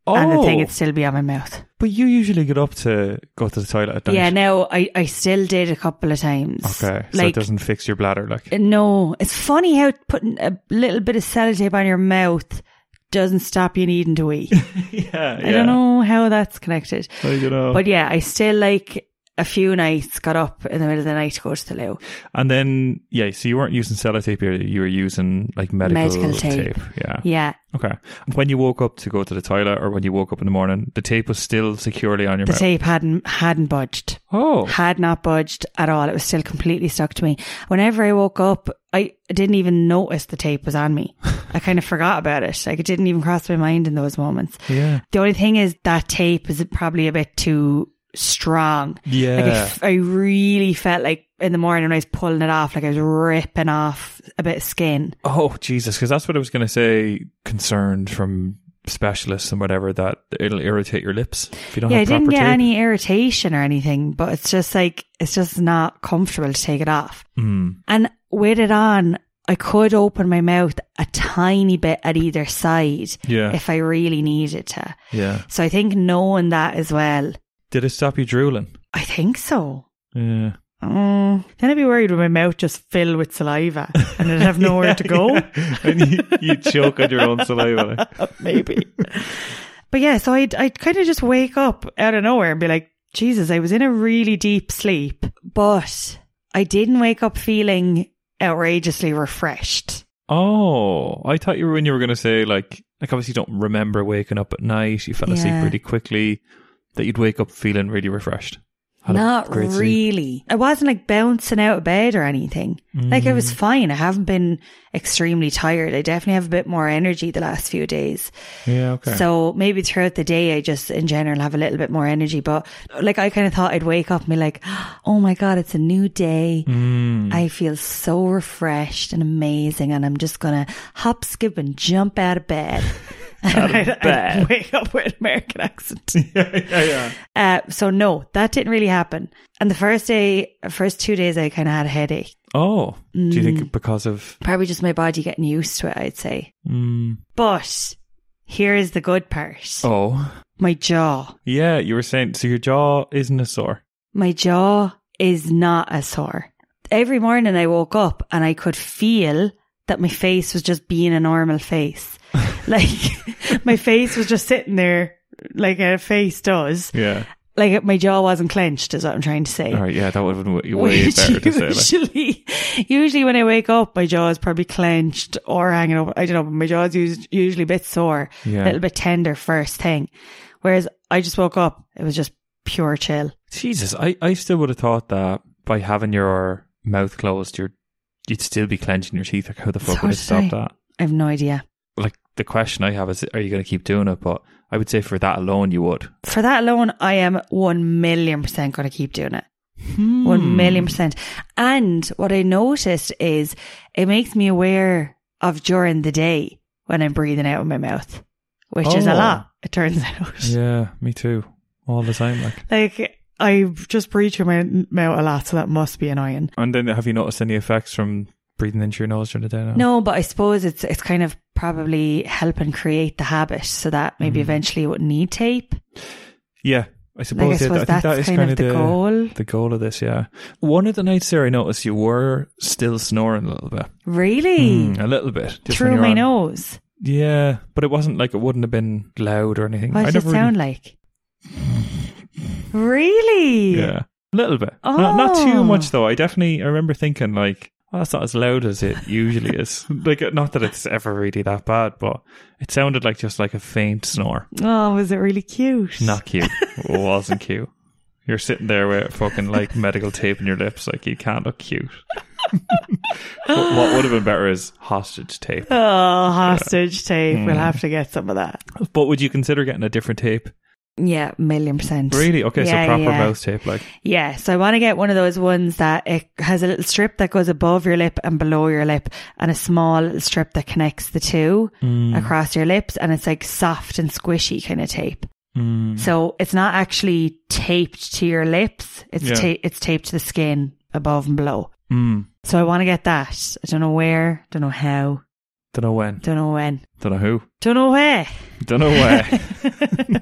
Speaker 1: oh,
Speaker 2: and the thing would still be on my mouth.
Speaker 1: but you usually get up to go to the toilet at night.
Speaker 2: Yeah. Now I I still did a couple of times.
Speaker 1: Okay, so it
Speaker 2: Like.
Speaker 1: doesn't fix your bladder. Like,
Speaker 2: no, it's funny how putting a little bit of sellotape on your mouth doesn't stop you needing to eat.
Speaker 1: yeah,
Speaker 2: I don't know how that's connected.
Speaker 1: I don't know.
Speaker 2: But yeah, I still like a few nights got up in the middle of the night to go to the loo.
Speaker 1: and then yeah, so you weren't using sellotape. here, You were using like medical,
Speaker 2: Medical tape.
Speaker 1: Yeah.
Speaker 2: Yeah.
Speaker 1: Okay. And when you woke up to go to the toilet, or when you woke up in the morning, the tape was still securely on your
Speaker 2: The
Speaker 1: mouth.
Speaker 2: tape hadn't hadn't budged.
Speaker 1: oh,
Speaker 2: Had not budged at all. It was still completely stuck to me. Whenever I woke up, I didn't even notice the tape was on me. I kind of forgot about it. Like it didn't even cross my mind in those moments.
Speaker 1: yeah,
Speaker 2: The only thing is that tape is probably a bit too strong.
Speaker 1: yeah.
Speaker 2: Like I, f- I really felt like in the morning when I was pulling it off, like I was ripping off a bit of skin.
Speaker 1: oh Jesus, because that's what I was going to say. Concerned from specialists and whatever that it'll irritate your lips if you don't
Speaker 2: Yeah, I
Speaker 1: have proper
Speaker 2: didn't get
Speaker 1: tape.
Speaker 2: any irritation or anything, but it's just like it's just not comfortable to take it off.
Speaker 1: Mm.
Speaker 2: And with it on, I could open my mouth a tiny bit at either side
Speaker 1: Yeah,
Speaker 2: if I really needed to.
Speaker 1: yeah.
Speaker 2: So I think knowing that as well,
Speaker 1: Did it stop you drooling?
Speaker 2: I think so.
Speaker 1: Yeah.
Speaker 2: Mm. Then I'd be worried when my mouth just filled with saliva and I'd have nowhere to go.
Speaker 1: and you, you choke on your own saliva.
Speaker 2: Maybe. but yeah, so I'd, I'd kind of just wake up out of nowhere and be like, Jesus, I was in a really deep sleep, but I didn't wake up feeling outrageously refreshed.
Speaker 1: Oh, I thought you were when you were going to say like like obviously you don't remember waking up at night. You fell asleep
Speaker 2: Yeah.
Speaker 1: really quickly. That you'd wake up feeling really refreshed. Had a
Speaker 2: Not
Speaker 1: great sleep.
Speaker 2: really. I wasn't like bouncing out of bed or anything. Like I was
Speaker 1: Mm.
Speaker 2: fine. I haven't been extremely tired. I definitely have a bit more energy the last few days.
Speaker 1: Yeah. Okay.
Speaker 2: So maybe throughout the day, I just in general have a little bit more energy. But like I kind of thought I'd wake up and be like, oh my God, it's a new day.
Speaker 1: Mm.
Speaker 2: I feel so refreshed and amazing, and I'm just gonna hop, skip, and jump out of bed. And I'd- I'd
Speaker 1: bed.
Speaker 2: wake up with an American accent.
Speaker 1: yeah, yeah, yeah.
Speaker 2: Uh, so no, that didn't really happen. And the first day, first two days, I kind of had a headache.
Speaker 1: Oh, do you
Speaker 2: mm.
Speaker 1: think because of?
Speaker 2: Probably just my body getting used to it, I'd say.
Speaker 1: Mm.
Speaker 2: But here is the good part:
Speaker 1: Oh,
Speaker 2: my jaw.
Speaker 1: yeah. You were saying so. Your jaw isn't a sore.
Speaker 2: My jaw is not as sore. Every morning I woke up and I could feel that my face was just being a normal face. like my face was just sitting there like a face does.
Speaker 1: Yeah.
Speaker 2: like my jaw wasn't clenched, is what I'm trying to say.
Speaker 1: All right, yeah, that would have been way- way better to say. Like,
Speaker 2: usually, usually when I wake up, my jaw is probably clenched or hanging over. I don't know, but my jaw's us- usually a bit sore, a
Speaker 1: yeah.
Speaker 2: little bit tender first thing. Whereas I just woke up, it was just pure chill.
Speaker 1: Jesus, I, I still would have thought that by having your mouth closed, you're, you'd still be clenching your teeth. Like, how the fuck
Speaker 2: So
Speaker 1: would it stop
Speaker 2: did
Speaker 1: that?
Speaker 2: I have no idea.
Speaker 1: Like, the question I have is, are you going to keep doing it? But I would say for that alone, you would.
Speaker 2: For that alone, I am one million percent going to keep doing it.
Speaker 1: Hmm.
Speaker 2: One million percent. And what I noticed is it makes me aware of during the day when I'm breathing out of my mouth, which is a
Speaker 1: Oh.
Speaker 2: lot, it turns out.
Speaker 1: Yeah, me too. All the time. Like,
Speaker 2: Like, I just breathe through my mouth a lot, so that must be annoying.
Speaker 1: And then have you noticed any effects from breathing into your nose during the day now?
Speaker 2: No, but I suppose it's it's kind of probably helping create the habit so that maybe
Speaker 1: Mm.
Speaker 2: eventually it would need tape.
Speaker 1: Yeah, I
Speaker 2: Like, I
Speaker 1: suppose, yeah,
Speaker 2: suppose
Speaker 1: I think
Speaker 2: that's
Speaker 1: that is
Speaker 2: kind, of the, goal.
Speaker 1: the goal of this, yeah. One of the nights there, I noticed you were still snoring a little bit.
Speaker 2: Really?
Speaker 1: Mm, a little bit. just when
Speaker 2: Through
Speaker 1: you're
Speaker 2: my
Speaker 1: on-
Speaker 2: nose.
Speaker 1: Yeah, but it wasn't like it wouldn't have been loud or anything.
Speaker 2: What
Speaker 1: I
Speaker 2: does it
Speaker 1: never
Speaker 2: sound like? Really?
Speaker 1: really, Yeah, a little bit. Not, not
Speaker 2: Oh.
Speaker 1: too much, though. I definitely, I remember thinking, like, well, that's not as loud as it usually is. Like, not that it's ever really that bad, but it sounded like just like a faint snore.
Speaker 2: Oh, was it really cute?
Speaker 1: Not cute. It wasn't cute. You're sitting there with fucking like medical tape in your lips, like you can't look cute. But what would have been better is hostage tape.
Speaker 2: Oh, hostage tape.
Speaker 1: Mm.
Speaker 2: We'll have to get some of that.
Speaker 1: But would you consider getting a different tape?
Speaker 2: Yeah, million percent.
Speaker 1: Really? Okay,
Speaker 2: Yeah,
Speaker 1: so proper
Speaker 2: yeah.
Speaker 1: mouth tape, like
Speaker 2: Yeah, so I want to get one of those ones that it has a little strip that goes above your lip and below your lip, and a small little strip that connects the two
Speaker 1: Mm.
Speaker 2: across your lips, and it's like soft and squishy kind of tape.
Speaker 1: mm,
Speaker 2: So it's not actually taped to your lips; it's
Speaker 1: Yeah.
Speaker 2: ta- it's taped to the skin above and below.
Speaker 1: mm.
Speaker 2: So I want to get that. I don't know where, don't know how,
Speaker 1: don't know when,
Speaker 2: don't know when,
Speaker 1: don't know who,
Speaker 2: don't know where.
Speaker 1: don't know where.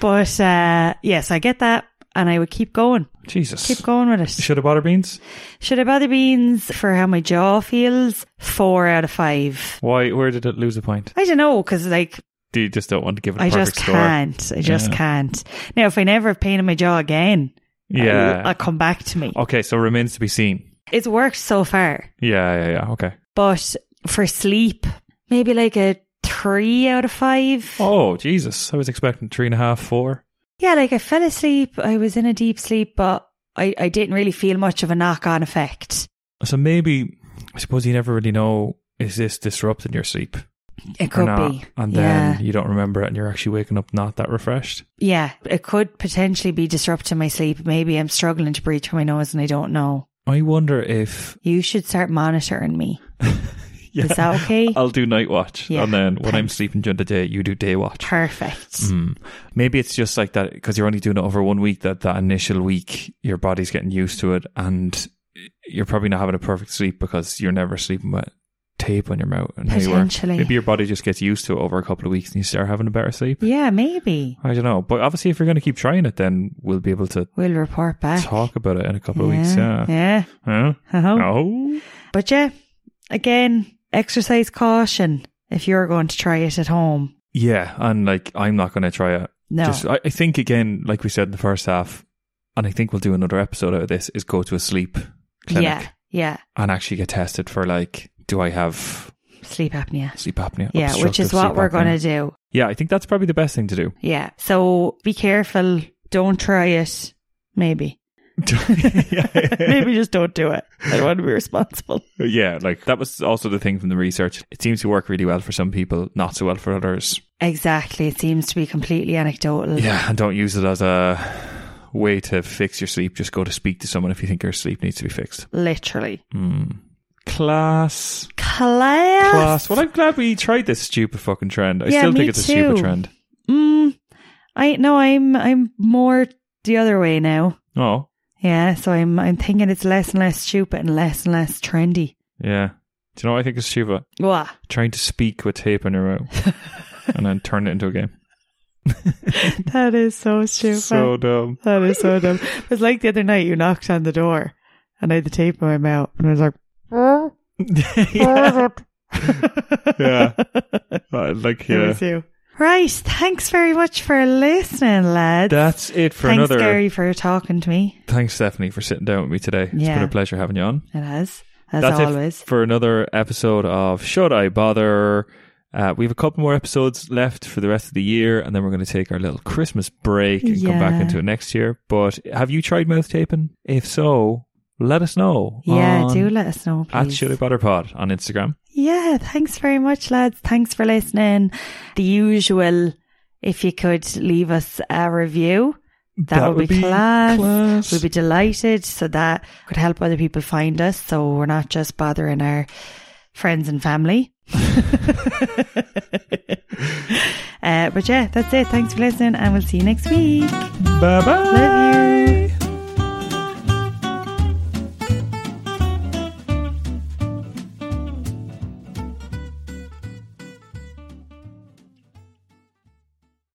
Speaker 2: But uh, yes, I get that, and I would keep going,
Speaker 1: Jesus.
Speaker 2: keep going with it.
Speaker 1: Should have butter beans?
Speaker 2: Should I bother beans for how my jaw feels? Four out of five.
Speaker 1: Why? Where did it lose a point?
Speaker 2: I don't know because like
Speaker 1: Do you just don't want to give it a
Speaker 2: I
Speaker 1: perfect
Speaker 2: just
Speaker 1: score?
Speaker 2: can't. I just
Speaker 1: Yeah.
Speaker 2: can't. Now, if I never have pain in my jaw again,
Speaker 1: Yeah. Oh.
Speaker 2: I'll, I'll come back to me.
Speaker 1: okay, so remains to be seen.
Speaker 2: It's worked so far,
Speaker 1: Yeah, yeah, yeah. Okay.
Speaker 2: but for sleep, maybe like a three out of five.
Speaker 1: Oh Jesus! I was expecting three and a half, four.
Speaker 2: Yeah, like I fell asleep. I was in a deep sleep, but I, I didn't really feel much of a knock on effect.
Speaker 1: So maybe I suppose you never really know is this disrupting your sleep
Speaker 2: It
Speaker 1: or
Speaker 2: could
Speaker 1: not,
Speaker 2: be.
Speaker 1: and
Speaker 2: yeah.
Speaker 1: then you don't remember it, and you're actually waking up not that refreshed.
Speaker 2: Yeah, it could potentially be disrupting my sleep. Maybe I'm struggling to breathe through my nose and I don't know.
Speaker 1: I wonder if
Speaker 2: You should start monitoring me.
Speaker 1: yeah,
Speaker 2: Is that okay?
Speaker 1: I'll do night watch,
Speaker 2: Yeah,
Speaker 1: and then when I'm
Speaker 2: thanks.
Speaker 1: sleeping during the day, you do day watch.
Speaker 2: Perfect.
Speaker 1: Hmm. Maybe it's just like that because you're only doing it over one week. That that initial week, your body's getting used to it, and you're probably not having a perfect sleep because you're never sleeping with tape on your mouth. And how you were.
Speaker 2: Potentially.
Speaker 1: maybe your body just gets used to it over a couple of weeks, and you start having a better sleep.
Speaker 2: Yeah, maybe.
Speaker 1: I don't know, but obviously, if you're going to keep trying it, then we'll be able to
Speaker 2: We'll report back.
Speaker 1: talk about it in a couple
Speaker 2: yeah,
Speaker 1: of weeks. Yeah.
Speaker 2: Eh. Yeah.
Speaker 1: Huh?
Speaker 2: Uh-huh.
Speaker 1: Oh.
Speaker 2: But yeah, again, exercise caution if you're going to try it at home.
Speaker 1: Yeah, and like I'm not going to try it.
Speaker 2: No.
Speaker 1: Just, I, I think again, like we said in the first half, and I think we'll do another episode out of this is go to a sleep clinic.
Speaker 2: yeah. Yeah.
Speaker 1: and actually get tested for like, do I have
Speaker 2: Sleep apnea.
Speaker 1: sleep apnea?
Speaker 2: Yeah, which is
Speaker 1: obstructive
Speaker 2: what
Speaker 1: sleep
Speaker 2: we're
Speaker 1: apnea?
Speaker 2: going to do.
Speaker 1: Yeah, I think that's probably the best thing to do.
Speaker 2: Yeah. So be careful. Don't try it. Maybe. Maybe just don't do it. I want to be responsible.
Speaker 1: yeah, like that was also the thing from the research. It seems to work really well for some people, not so well for others.
Speaker 2: Exactly. It seems to be completely anecdotal.
Speaker 1: Yeah, and don't use it as a way to fix your sleep. Just go to speak to someone if you think your sleep needs to be fixed.
Speaker 2: Literally.
Speaker 1: Mm. Class.
Speaker 2: Class.
Speaker 1: Class. Well, I'm glad we tried this stupid fucking trend. I
Speaker 2: Yeah,
Speaker 1: still
Speaker 2: me
Speaker 1: think it's a stupid
Speaker 2: too.
Speaker 1: trend.
Speaker 2: Mm, I no, I'm I'm more the other way now.
Speaker 1: Oh,
Speaker 2: Yeah, so I'm I'm thinking it's less and less stupid and less and less trendy.
Speaker 1: yeah. Do you know what I think is stupid?
Speaker 2: What?
Speaker 1: trying to speak with tape on your mouth and then turn it into a game.
Speaker 2: That is so stupid.
Speaker 1: So dumb.
Speaker 2: that is so dumb. It was like the other night you knocked on the door and I had the tape in my mouth and I was like
Speaker 1: yeah. Uh, like,
Speaker 2: It
Speaker 1: yeah.
Speaker 2: was you. Right. Thanks very much for listening, lads.
Speaker 1: That's it for
Speaker 2: Thanks,
Speaker 1: another.
Speaker 2: Gary, for talking to me.
Speaker 1: Thanks, Stephanie, for sitting down with me today. It's been
Speaker 2: Yeah.
Speaker 1: a pleasure having you on.
Speaker 2: It has, as
Speaker 1: That's
Speaker 2: always.
Speaker 1: it for another episode of Should I Bother? Uh, we have a couple more episodes left for the rest of the year, and then we're going to take our little Christmas break and come back
Speaker 2: Yeah.
Speaker 1: into it next year. But have you tried mouth taping? If so, let us know.
Speaker 2: yeah,
Speaker 1: on-
Speaker 2: do let us know,
Speaker 1: At
Speaker 2: please.
Speaker 1: Should I Bother Pod on Instagram.
Speaker 2: Yeah, thanks very much, lads. Thanks for listening. The usual, if you could leave us a review, that, would, be, class.
Speaker 1: class.
Speaker 2: We'd be delighted. So that could help other people find us. So we're not just bothering our friends and family. uh, but yeah, that's it. Thanks for listening, and we'll see you next week.
Speaker 1: Bye bye.
Speaker 2: Love you.